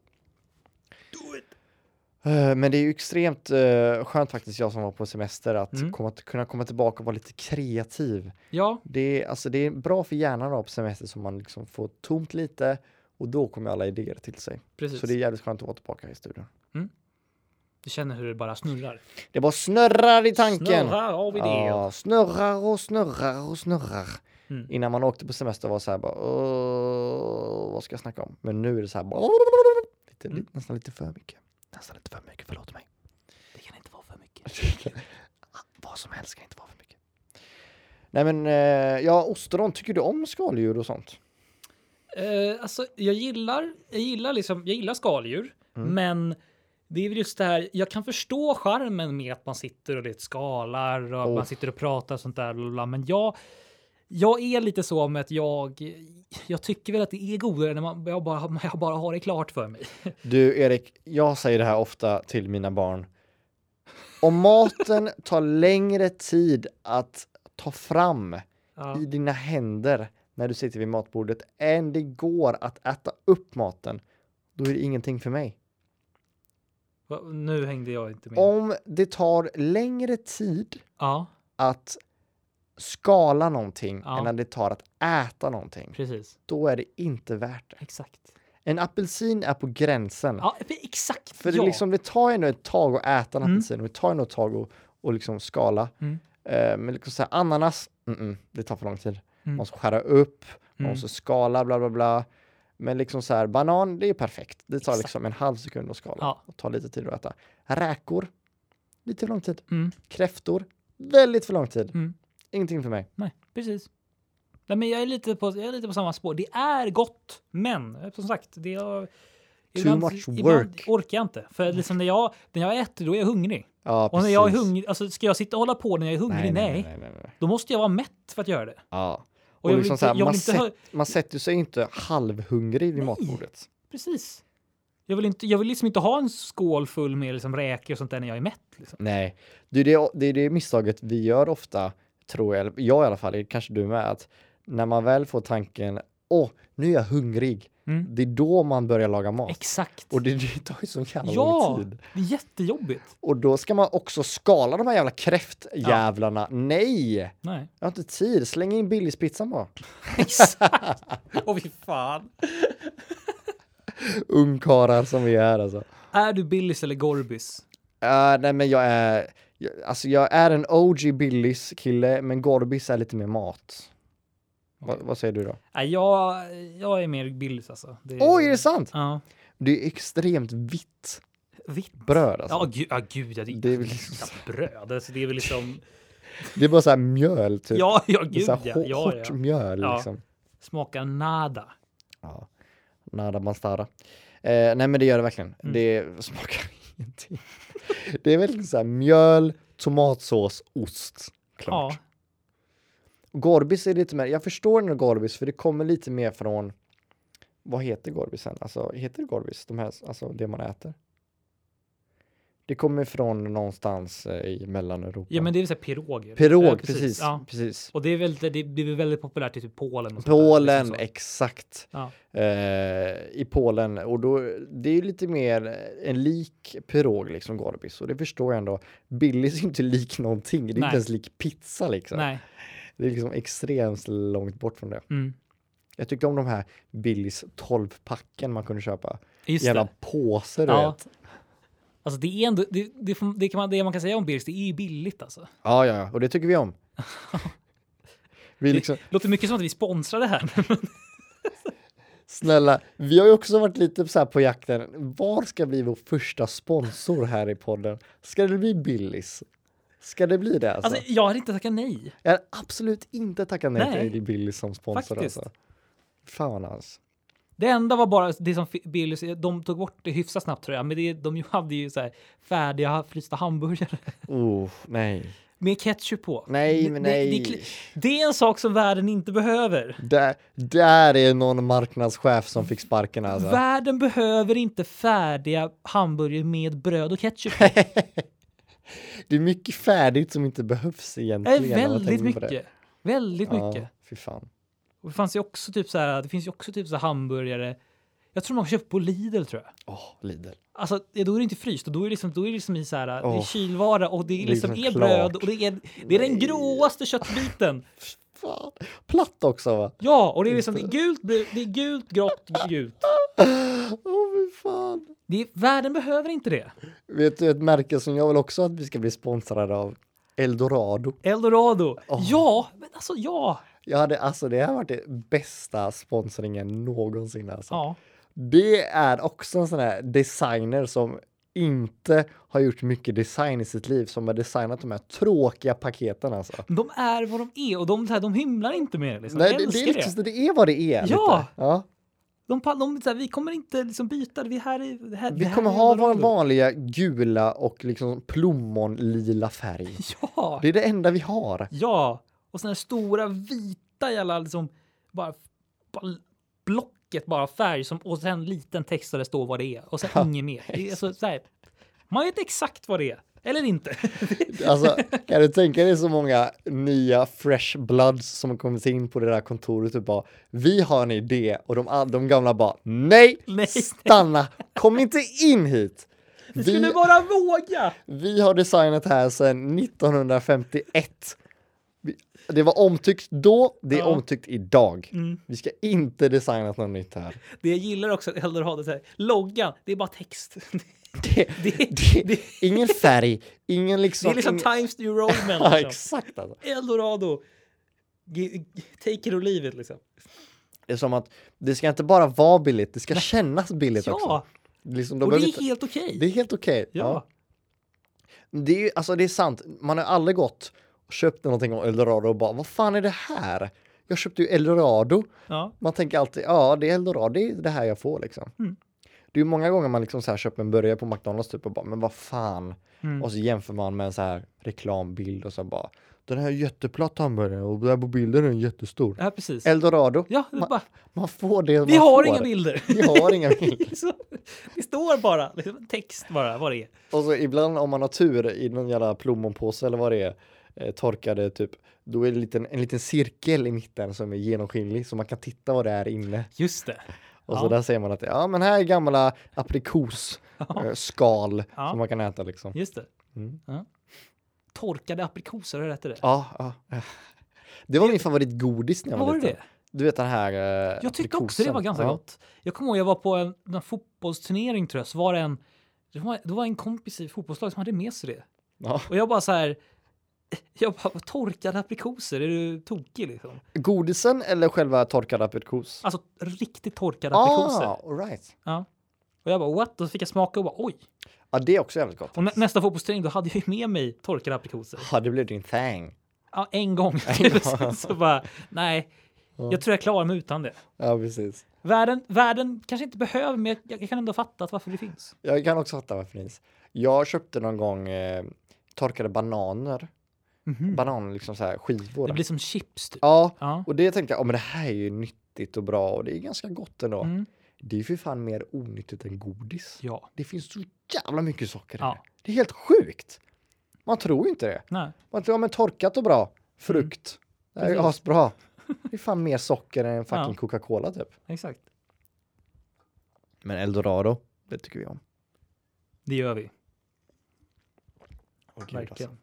C: Eh, Men det är ju extremt eh, skönt faktiskt, jag som var på semester, att
B: Mm.
C: komma, kunna komma tillbaka och vara lite kreativ.
B: Ja,
C: Det är, alltså, det är bra för hjärnan då på semester så man liksom får tomt lite och då kommer alla idéer till sig.
B: precis.
C: Så det är jävligt skönt att vara tillbaka i studion.
B: Du känner hur det bara snurrar.
C: Det bara snurrar i tanken.
B: Snurrar av idéer.
C: Ja, snurrar och snurrar och snurrar.
B: Mm.
C: Innan man åkte på semester var det så här bara, "Åh, vad ska jag snacka om? Men nu är det så här bara, lite,
B: Mm.
C: lite, nästan lite för mycket. Nästan lite för mycket, förlåt mig.
B: Det kan inte vara för mycket.
C: vad som helst kan inte vara för mycket. Nej men, eh, ja ostron, tycker du om skaldjur och sånt?
B: Eh, alltså, jag gillar, jag gillar, liksom, jag gillar skaldjur,
C: Mm.
B: men det är väl just det här, jag kan förstå charmen med att man sitter och det skalar och
C: Oh.
B: man sitter och pratar och sånt där, bla, bla, bla, men jag, jag är lite så med att jag, jag tycker väl att det är godare när man, jag, bara, jag bara har det klart för mig.
C: Du Erik, jag säger det här ofta till mina barn. Om maten tar längre tid att ta fram
B: Ja,
C: i dina händer när du sitter vid matbordet än det går att äta upp maten, då är det ingenting för mig.
B: va- nu hängde jag inte med.
C: Om det tar längre tid
B: Ja,
C: att skala någonting
B: Ja.
C: än när det tar att äta någonting,
B: precis.
C: då är det inte värt det.
B: Exakt.
C: En apelsin är på gränsen.
B: Ja, exakt.
C: För
B: ja.
C: det, liksom, det tar ändå ett tag att äta en
B: Mm.
C: apelsin och det tar ändå ett tag att och liksom skala.
B: Mm.
C: Eh, men liksom så här, ananas, mm-mm, det tar för lång tid. Man
B: Mm.
C: måste skära upp, man
B: Mm.
C: måste skala, bla bla bla. Men liksom så här, banan, det är perfekt. Det tar
B: Exakt.
C: liksom en halv sekund att skala
B: Ja.
C: och tar lite tid att äta. Räkor, lite för lång tid.
B: Mm.
C: Kräftor, väldigt för lång tid.
B: Mm.
C: Ingenting för mig.
B: Nej, precis. Nej, men jag är, lite på, jag är lite på samma spår. Det är gott, men eh, som sagt, det är... ibland-
C: much
B: Ibland
C: work.
B: orkar jag inte. För liksom när, jag, när jag äter, då är jag hungrig.
C: Ja,
B: Och när jag är
C: precis.
B: hungrig, alltså ska jag sitta och hålla på när jag är hungrig? Nej.
C: Nej, nej, nej, nej, nej.
B: Då måste jag vara mätt för att göra det.
C: Ja. Och,
B: jag vill
C: liksom
B: inte-
C: så här,
B: jag vill
C: man,
B: inte
C: sätt,
B: hö-
C: man sätter sig inte halvhungrig vid matbordet.
B: Precis. Jag vill, inte, jag vill liksom inte ha en skål full med liksom räkor och sånt där när jag är mätt. Liksom.
C: Nej, det är det, det är det misstaget vi gör ofta, tror jag, eller jag i alla fall, kanske du med, att när man väl får tanken, åh, nu är jag hungrig,
B: Mm.
C: det är då man börjar laga mat.
B: Exakt.
C: Och det, det tar ju så jävla
B: ja,
C: lång tid.
B: det är jättejobbigt.
C: Och då ska man också skala de här jävla kräftjävlarna. Nej,
B: Nej.
C: jag har inte tid. Släng in Billyspizzan bara.
B: Exakt. Åh fy fan.
C: Ungkarlar som vi är alltså.
B: Är du Billys eller Gorbys?
C: Uh, nej men jag är, jag, alltså jag är en OG Billys kille, men Gorbis är lite mer mat. Va, vad säger du då?
B: Nej, jag, jag är mer Billys alltså. Det
C: Oj, är det sant?
B: Ja.
C: Det är extremt vitt
B: Vitt.
C: bröd alltså.
B: Ja, gud, ja, gud ja, det,
C: Det är väl liksom,
B: ja, bröd. Alltså, det är väl liksom...
C: det är bara så här mjöl typ.
B: Ja, ja,
C: Det är
B: gud
C: så
B: ja.
C: här
B: ja,
C: hå-
B: ja.
C: hårt mjöl
B: Ja.
C: liksom.
B: Smakar nada.
C: Ja. Nada Mastara. Eh, nej men det gör det verkligen.
B: Mm.
C: Det smakar ingenting. det är verkligen så här mjöl, tomatsås, ost. Klart.
B: Ja,
C: Gorbis är lite mer, jag förstår ändå Gorbis för det kommer lite mer från vad heter Gorbisen? Alltså heter det Gorbis? De här, alltså det man äter? Det kommer från någonstans eh, i Mellaneuropa.
B: ja, men det är väl så här piroger.
C: Pirog,
B: Ja,
C: precis.
B: Ja.
C: precis.
B: Och det är väl det, det är väl väldigt populärt i typ Polen. Och sånt där,
C: Polen,
B: liksom så.
C: exakt.
B: Ja.
C: Eh, I Polen. Och då, det är ju lite mer eh, en lik pirog liksom, Gorbis. Och det förstår jag ändå. Billys är ju inte lik någonting. Det är
B: Nej.
C: inte ens lik pizza liksom.
B: Nej.
C: Det är liksom extremt långt bort från det.
B: Mm.
C: Jag tyckte om de här Billys 12-packen man kunde köpa.
B: Just
C: Jävla
B: det.
C: påsar du
B: Ja.
C: vet.
B: Alltså det är ändå, det, det, får- det, kan man, det man kan säga om Billys, det är ju billigt alltså.
C: Ja, ja, ja. Och det tycker vi om. vi liksom, Alltså.
B: Det låter mycket som att vi sponsrar det här.
C: Snälla, vi har ju också varit lite så här på jakten. Var ska bli vår första sponsor här i podden? Ska det bli Billys? Ska det bli det alltså?
B: Alltså, jag hade inte tackat nej.
C: jag hade absolut inte tackat nej
B: Nej.
C: till Billys som sponsor
B: Faktiskt.
C: alltså. Fan vad nice.
B: Det enda var bara det som fi- Billys, de tog bort det hyfsat snabbt tror jag, men det, de ju hade ju så här färdiga frysta hamburgare
C: Oh, nej.
B: med ketchup på.
C: Nej, men
B: Det- det-
C: nej.
B: Det, är kli- det är en sak som världen inte behöver.
C: Där, där är någon marknadschef som fick sparken alltså.
B: Världen behöver inte färdiga hamburgare med bröd och ketchup.
C: Det är mycket färdigt som inte behövs
B: Det är
C: egentligen. när man
B: väldigt
C: tänker på det.
B: mycket. Väldigt mycket.
C: Ja, fy fan.
B: Och det, fanns ju också typ så här, det finns ju också typ så här hamburgare. Jag tror man har köpt på Lidl tror jag.
C: Åh, Lidl.
B: Alltså det- då är det inte fryst och då är det liksom, då är det liksom i så här, det
C: Åh.
B: är kylvara och det är liksom
C: Liksom
B: är bröd
C: klart.
B: och det är, det är den gråaste köttbiten.
C: Fan. Platt också va?
B: Ja, och det är liksom det är gult, bru- det är gult, grått, gult.
C: Åh oh, fy fan.
B: Det är, världen behöver inte det.
C: Vet du ett märke som jag vill också att vi ska bli sponsrade av? Eldorado.
B: Eldorado. Ja, men alltså ja.
C: Jag hade, alltså det har varit det bästa sponsringen någonsin alltså.
B: Ja,
C: Det är också en sån här designer som inte har gjort mycket design i sitt liv som har designat de här tråkiga paketen alltså.
B: Men de är vad de är och de, så här, de hymlar inte med det. Liksom.
C: Nej,
B: jag
C: det, det,
B: älskar
C: är
B: det.
C: liksom, det är vad det är.
B: Ja!
C: Lite. ja.
B: De, pa- de, så här, vi kommer inte liksom byta, det. vi här är... Det här, det
C: Vi
B: här
C: kommer
B: är
C: ha vår
B: Eldorado.
C: vanliga gula och liksom plommonlila färg.
B: Ja,
C: Det är det enda vi har.
B: ja. Och såna här stora vita jävla liksom bara, bara blocket bara färg som, och sen liten text där det står vad det är och sen inget mer. Det är så, så här, man vet exakt vad det är. Eller inte.
C: Alltså, kan du tänka dig så många nya fresh bloods som har kommit in på det där kontoret och bara Vi har en idé och de, all- de gamla bara nej,
B: Nej.
C: stanna, kom inte in hit.
B: Vi
C: Vi,
B: skulle bara våga!
C: vi har designat här sedan 1951. Vi- Det var omtyckt då, det är
B: Ja.
C: omtyckt idag.
B: Mm.
C: Vi ska inte designa något nytt här.
B: Det jag gillar också att Eldorado, så här, loggan, det är bara text.
C: Det,
B: Det-
C: det,
B: det-
C: ingen färg, ingen liksom...
B: Det är liksom
C: ingen-
B: Times New Roman.
C: ja,
B: Liksom.
C: exakt alltså.
B: Eldorado. G- g- Take it or leave it liksom.
C: Det är som att det ska inte bara vara billigt, det ska kännas billigt också.
B: Ja,
C: Liksom, de
B: och det
C: behöver
B: är
C: inte-
B: helt okej.
C: det är helt okej.
B: Ja.
C: Ja. Det, är, ju- alltså, det är sant, man har aldrig gått och köpt någonting av Eldorado och bara vad fan är det här? Jag köpte ju Eldorado.
B: ja.
C: Man tänker alltid ja det är Eldorado, det är det här jag får liksom.
B: Mm.
C: Det är ju många gånger man liksom så här köper en burgare på McDonalds typ och bara men vad fan.
B: Mm.
C: Och så jämför man med en så här reklambild och så bara den här är jätteplatt hamburgaren och där på bilden är den jättestor.
B: ja, precis.
C: Eldorado,
B: Ja, det är bara,
C: man får det
B: vi
C: man
B: har
C: får.
B: inga bilder.
C: Vi har inga bilder.
B: Så, det står bara liksom, text bara vad det är.
C: Och så ibland om man har tur i någon jävla plommonpåse eller vad det är, eh, torkade typ, då är det en liten, en liten cirkel i mitten som är genomskinlig så man kan titta vad det är inne.
B: Just det.
C: Och
B: Ja.
C: så där ser man att ja men här är gamla aprikosskal
B: Ja.
C: som man kan äta liksom.
B: Just det.
C: Mm.
B: Ja. Torkade aprikoser, har jag rätt i det?
C: Ja, ja. Det var min favoritgodis när jag var,
B: Var det
C: liten.
B: det?
C: Du vet den här eh,
B: Jag tyckte också det
C: aprikosen.
B: var ganska
C: ja.
B: gott. Jag kommer ihåg jag var på en, en fotbollsturnering tror jag, så var det en, det var, det var en kompis i fotbollslag som hade med sig det.
C: Ja.
B: Och jag bara så här, jag bara torkade aprikoser, är du tokig liksom?
C: Godisen eller själva torkad aprikos?
B: Alltså riktigt torkade aprikoser.
C: Ah, all right.
B: Ja. Och jag bara what? Och så fick jag smaka och bara oj.
C: Ja, det är också jävligt gott.
B: Och nä- nästa fotbollsturnering då hade jag ju med mig torkade aprikoser.
C: Ja, det blev din thang.
B: Ja, en gång. så, så bara nej, jag tror jag klarar mig utan det.
C: Ja, precis.
B: Världen, världen kanske inte behöver, men jag, jag kan ändå fatta att varför det finns.
C: Jag kan också fatta varför det finns. Jag köpte någon gång eh, torkade bananer. Banan, liksom så här skivor.
B: Mhm. Det blir som chips typ.
C: Ja,
B: Ja.
C: och det tänkte jag, ja men det här är ju nyttigt och bra och det är ganska gott ändå.
B: Mm.
C: Det är ju för fan mer onyttigt än godis.
B: Ja.
C: Det finns så jävla mycket socker i
B: Ja.
C: det. Det är helt sjukt. Man tror ju inte det.
B: Nej.
C: Man tror, ja men torkat och bra, frukt. Det är ju
B: Mm. Precis.
C: asbra. Det är fan mer socker än fucking
B: Ja.
C: Coca-Cola typ.
B: Exakt.
C: Men Eldorado, det tycker vi om.
B: Det gör vi.
C: Åh, gud, alltså.
B: Verkligen.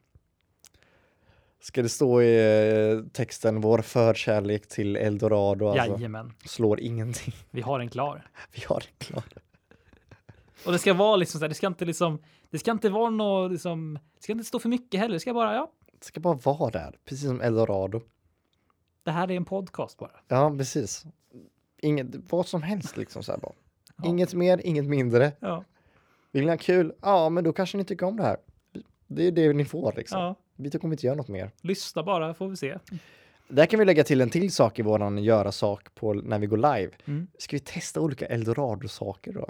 C: Ska det stå i eh, texten vår förkärlek till Eldorado alltså?
B: Jajamän.
C: Slår ingenting.
B: Vi har en klar.
C: Vi har det klart.
B: Och det ska vara liksom så här, det ska inte liksom, det ska inte vara något liksom, det ska inte stå för mycket heller. Det ska bara, ja,
C: Det ska bara vara där, precis som Eldorado.
B: det här är en podcast bara.
C: Ja, precis. inget, vad som helst liksom så här bara. Inget mer, inget mindre.
B: Ja,
C: Vill ni ha kul? Ja, men då kanske ni tycker om det här. Det är det ni får liksom.
B: ja.
C: Vi kommer inte göra något mer.
B: Lyssna bara får vi se.
C: Där kan vi lägga till en till sak i våran göra sak på när vi går live.
B: Mm.
C: Ska vi testa olika Eldorado-saker då?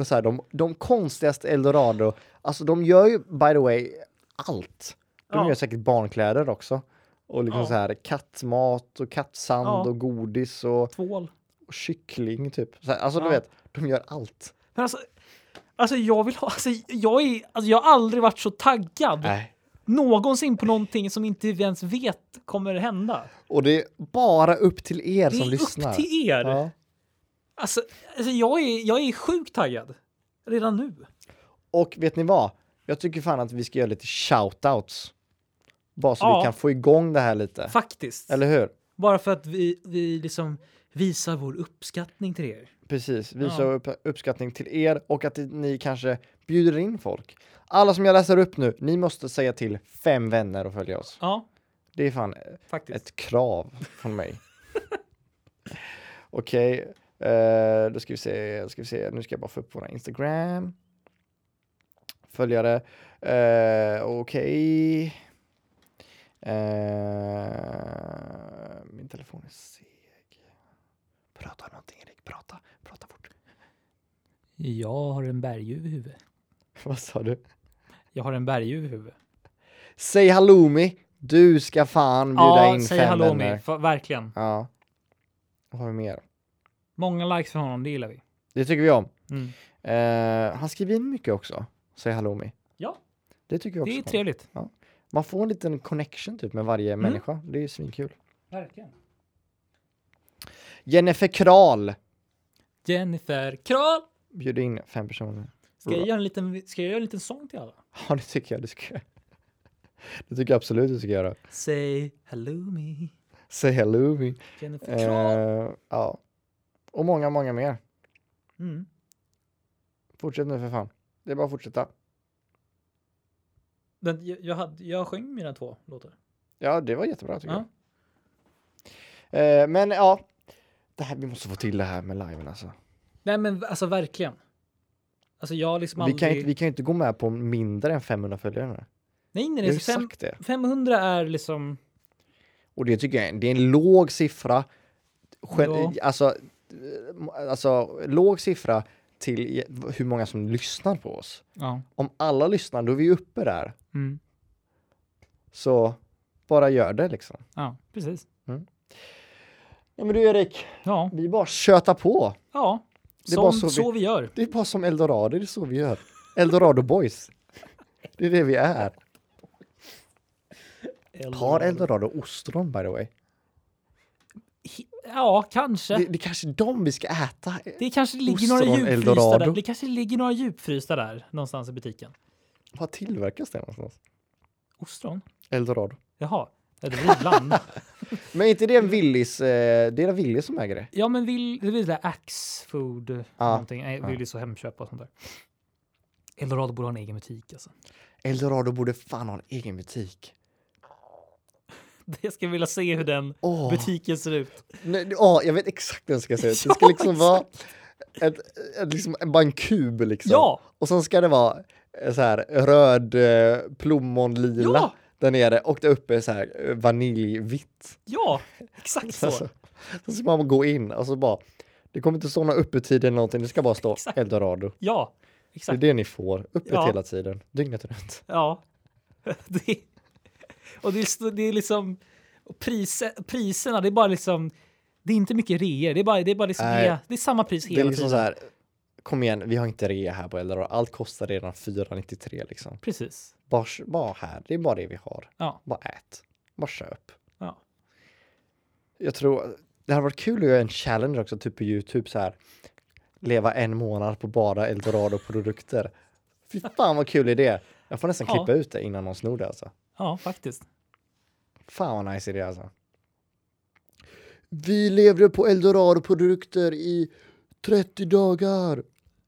C: Och så här, de, de konstigaste Eldorado, alltså de gör ju by the way allt. De
B: Ja.
C: gör säkert barnkläder också. Och liksom
B: Ja.
C: så här kattmat och kattsand
B: Ja.
C: och godis och,
B: Tvål.
C: och kyckling typ. Så här, alltså
B: Ja.
C: du vet, de gör allt.
B: Men alltså, alltså jag vill ha, alltså jag är, alltså jag har aldrig varit så taggad
C: Nej.
B: någonsin på någonting som inte vi ens vet kommer hända.
C: Och det är bara upp till er
B: Det är
C: som
B: upp
C: lyssnar.
B: till er.
C: Ja.
B: Alltså, alltså jag är, jag är sjukt taggad. Redan nu.
C: Och vet ni vad? Jag tycker fan att vi ska göra lite shoutouts. Bara så
B: Ja.
C: vi kan få igång det här lite.
B: Faktiskt.
C: Eller hur?
B: Bara för att vi, vi liksom visar vår uppskattning till er.
C: Precis, visa
B: Ja.
C: upp, uppskattning till er och att ni kanske bjuder in folk. Alla som jag läser upp nu, ni måste säga till fem vänner och följa oss.
B: Ja,
C: Det är fan
B: faktiskt.
C: ett krav från mig. Okej, eh, då ska vi, se, ska vi se, nu ska jag bara få upp våra Instagram. Följare, eh, okej. Eh, min telefon är seg. Prata om någonting Erik, prata, prata fort.
B: Jag har en berguv i huvudet.
C: Vad sa du?
B: Jag har en berguv i huvudet.
C: Säg halloumi, du ska fan bjuda in
B: säg
C: fem
B: halloumi.
C: vänner.
B: Fa- Verkligen.
C: Ja. Vad har vi mer?
B: Många likes för honom, det gillar vi.
C: Det tycker vi om.
B: Mm.
C: Eh, han skriver in mycket också, säger Halloumi.
B: Ja,
C: Det tycker jag också.
B: det är
C: om.
B: trevligt. Mm.
C: Man får en liten connection typ med varje människa. Det är ju svinkul.
B: Verkligen.
C: Jennifer Kral
B: Jennifer Kral!
C: bjuder in fem personer.
B: Ska
C: Mm.
B: jag, göra en liten, ska jag göra en liten sång till alla?
C: Ja, det tycker jag du ska göra. Det tycker jag absolut du ska göra.
B: Say halloumi.
C: Säg Halloumi.
B: Jennifer Kral.
C: Eh, ja. Och många, många mer.
B: Mm.
C: Fortsätt nu för fan. Det är bara att fortsätta.
B: Den, jag, jag, hade, jag sjöng mina två låtar.
C: Ja, det var jättebra tycker
B: Ja.
C: jag. Eh, men ja, det här, vi måste få till det här med liven alltså.
B: Nej men alltså verkligen. Alltså jag har liksom
C: Vi
B: aldrig...
C: kan, ju inte, vi kan ju inte gå med på mindre än 500 följare nu.
B: Nej nej,
C: Jag har
B: nej.
C: ju
B: så Fem,
C: sagt det.
B: 500 är liksom...
C: Och det tycker jag är en- det är en låg siffra. Gen-
B: Ja.
C: Alltså, eh, alltså, låg siffra till i- hur många som lyssnar på oss.
B: Ja.
C: Om alla lyssnar, då är vi uppe där.
B: Mm.
C: Så bara gör det liksom.
B: Ja, precis.
C: Ja men du Erik,
B: Ja.
C: vi bara tjötar på.
B: Ja.
C: Det är bara
B: Som, så,
C: så
B: vi...
C: vi-
B: gör.
C: Det är bara som Eldorado, det är så vi gör. Eldorado boys. Det är det vi är. Har Eldorado ostron by the way?
B: Ja, kanske.
C: Det,
B: Det,
C: det är kanske de vi ska äta.
B: kanske ligger
C: Ostron,
B: några djupfrysta
C: Eldorado.
B: där. Det kanske ligger några djupfrysta där någonstans i butiken.
C: Var tillverkas det någonstans?
B: Ostron?
C: Eldorado.
B: Jaha. Ja, Det blir ibland.
C: Men är inte det en Willys, eh, det är en Willys som äger det?
B: ja, men vill, det blir det där Axfood
C: Ja.
B: någonting. Nej, vill ju så Hemköp och sånt där. Eldorado borde ha en egen butik alltså.
C: Eldorado borde fan ha en egen butik.
B: Jag skulle vilja se hur den
C: Åh.
B: butiken ser ut.
C: Nej, det- åh, jag vet exakt vad jag ska säga. Det ska
B: Ja,
C: liksom vara ett, ett, liksom, bara en kub liksom.
B: Ja!
C: Och sen ska det vara eh, så här röd eh, plommonlila
B: Ja!
C: där nere och där uppe är så här eh, vaniljvitt.
B: Ja, exakt så.
C: Alltså, så ska man gå in och så bara, det kommer inte stå några öppettider eller någonting, det ska bara stå
B: Exakt.
C: Eldorado.
B: Ja,
C: Det är
B: exakt.
C: det ni får, öppet
B: Ja.
C: hela tiden, dygnet runt.
B: Ja. Det, och det är, så- det är liksom och priser, priserna, det är bara liksom. Det är inte mycket reor, det är bara, det är bara liksom,
C: Nej.
B: rea, det är samma pris
C: Det
B: hela
C: är liksom
B: tiden.
C: så här, kom igen, vi har inte rea här på Eldorado, allt kostar redan 4,93 liksom.
B: Precis.
C: Bara, bara här, det är bara det vi har.
B: Ja.
C: Bara ät. Bara köp.
B: Ja.
C: Jag tror, det hade varit kul att göra en challenge också, typ på YouTube så här. Leva en månad på bara Eldorado-produkter. Fy fan vad kul idé. Jag får nästan
B: Ja.
C: klippa ut det innan någon snor det alltså.
B: Ja, faktiskt.
C: Fan vad nice idé alltså. Vi levde på Eldorado-produkter i 30 dagar.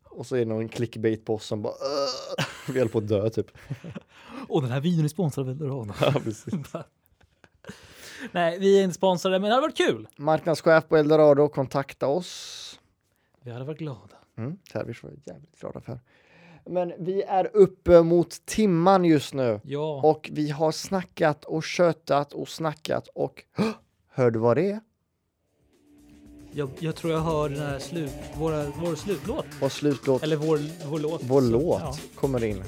C: Och så är det någon clickbait-boss som bara "Åh!" Vi höll på att dö typ.
B: Och den här vinen är sponsrad av Eldorado.
C: Ja, precis.
B: Nej, vi är inte sponsrade, men det hade varit kul.
C: Marknadschef på Eldorado, kontakta oss.
B: Vi hade varit glada.
C: Mm, det hade vi så jävligt glada för. Men vi är uppe mot timman just nu.
B: Ja,
C: Och vi har snackat och tjötat och snackat och hör du vad det är?
B: jag, jag tror jag hör den här slut, våra, vår slutlåt.
C: Och slutlåt,
B: Eller vår, vår låt.
C: vår
B: Så,
C: låt
B: Ja.
C: kommer in.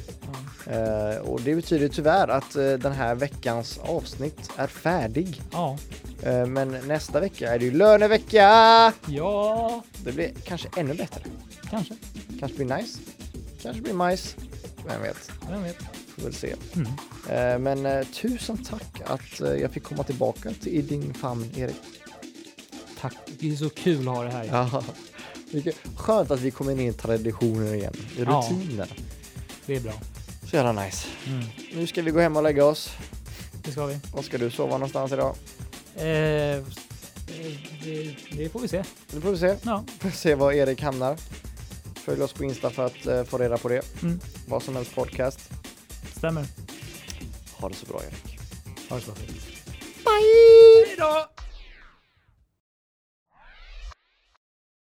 C: Eh, och det betyder tyvärr att eh, den här veckans avsnitt är färdig.
B: ja.
C: Eh, men nästa vecka är det ju lönevecka!
B: Ja,
C: Det blir kanske ännu bättre.
B: kanske.
C: Kanske blir nice. Kanske blir majs. Vem vet?
B: Vem vet?
C: Får väl se.
B: Mm.
C: Eh, men eh, tusen tack att eh, jag fick komma tillbaka till, i din famn, Erik.
B: Tack. Det är så kul att ha det här.
C: Ja. Vilket skönt att vi kommer in i traditioner igen. I
B: Ja.
C: rutiner.
B: Det är bra.
C: Så jävla nice.
B: Mm.
C: Nu ska vi gå hem och lägga oss.
B: Det ska vi.
C: Var ska du sova någonstans idag?
B: Eh, det, det får vi se.
C: Nu får vi se.
B: Ja.
C: Får se var Erik hamnar. Följ oss på Insta för att eh, få reda på det.
B: Mm.
C: Vad som helst podcast.
B: Stämmer.
C: Ha det så bra Erik.
B: Ha det så bra.
C: Bye!
B: Hej då!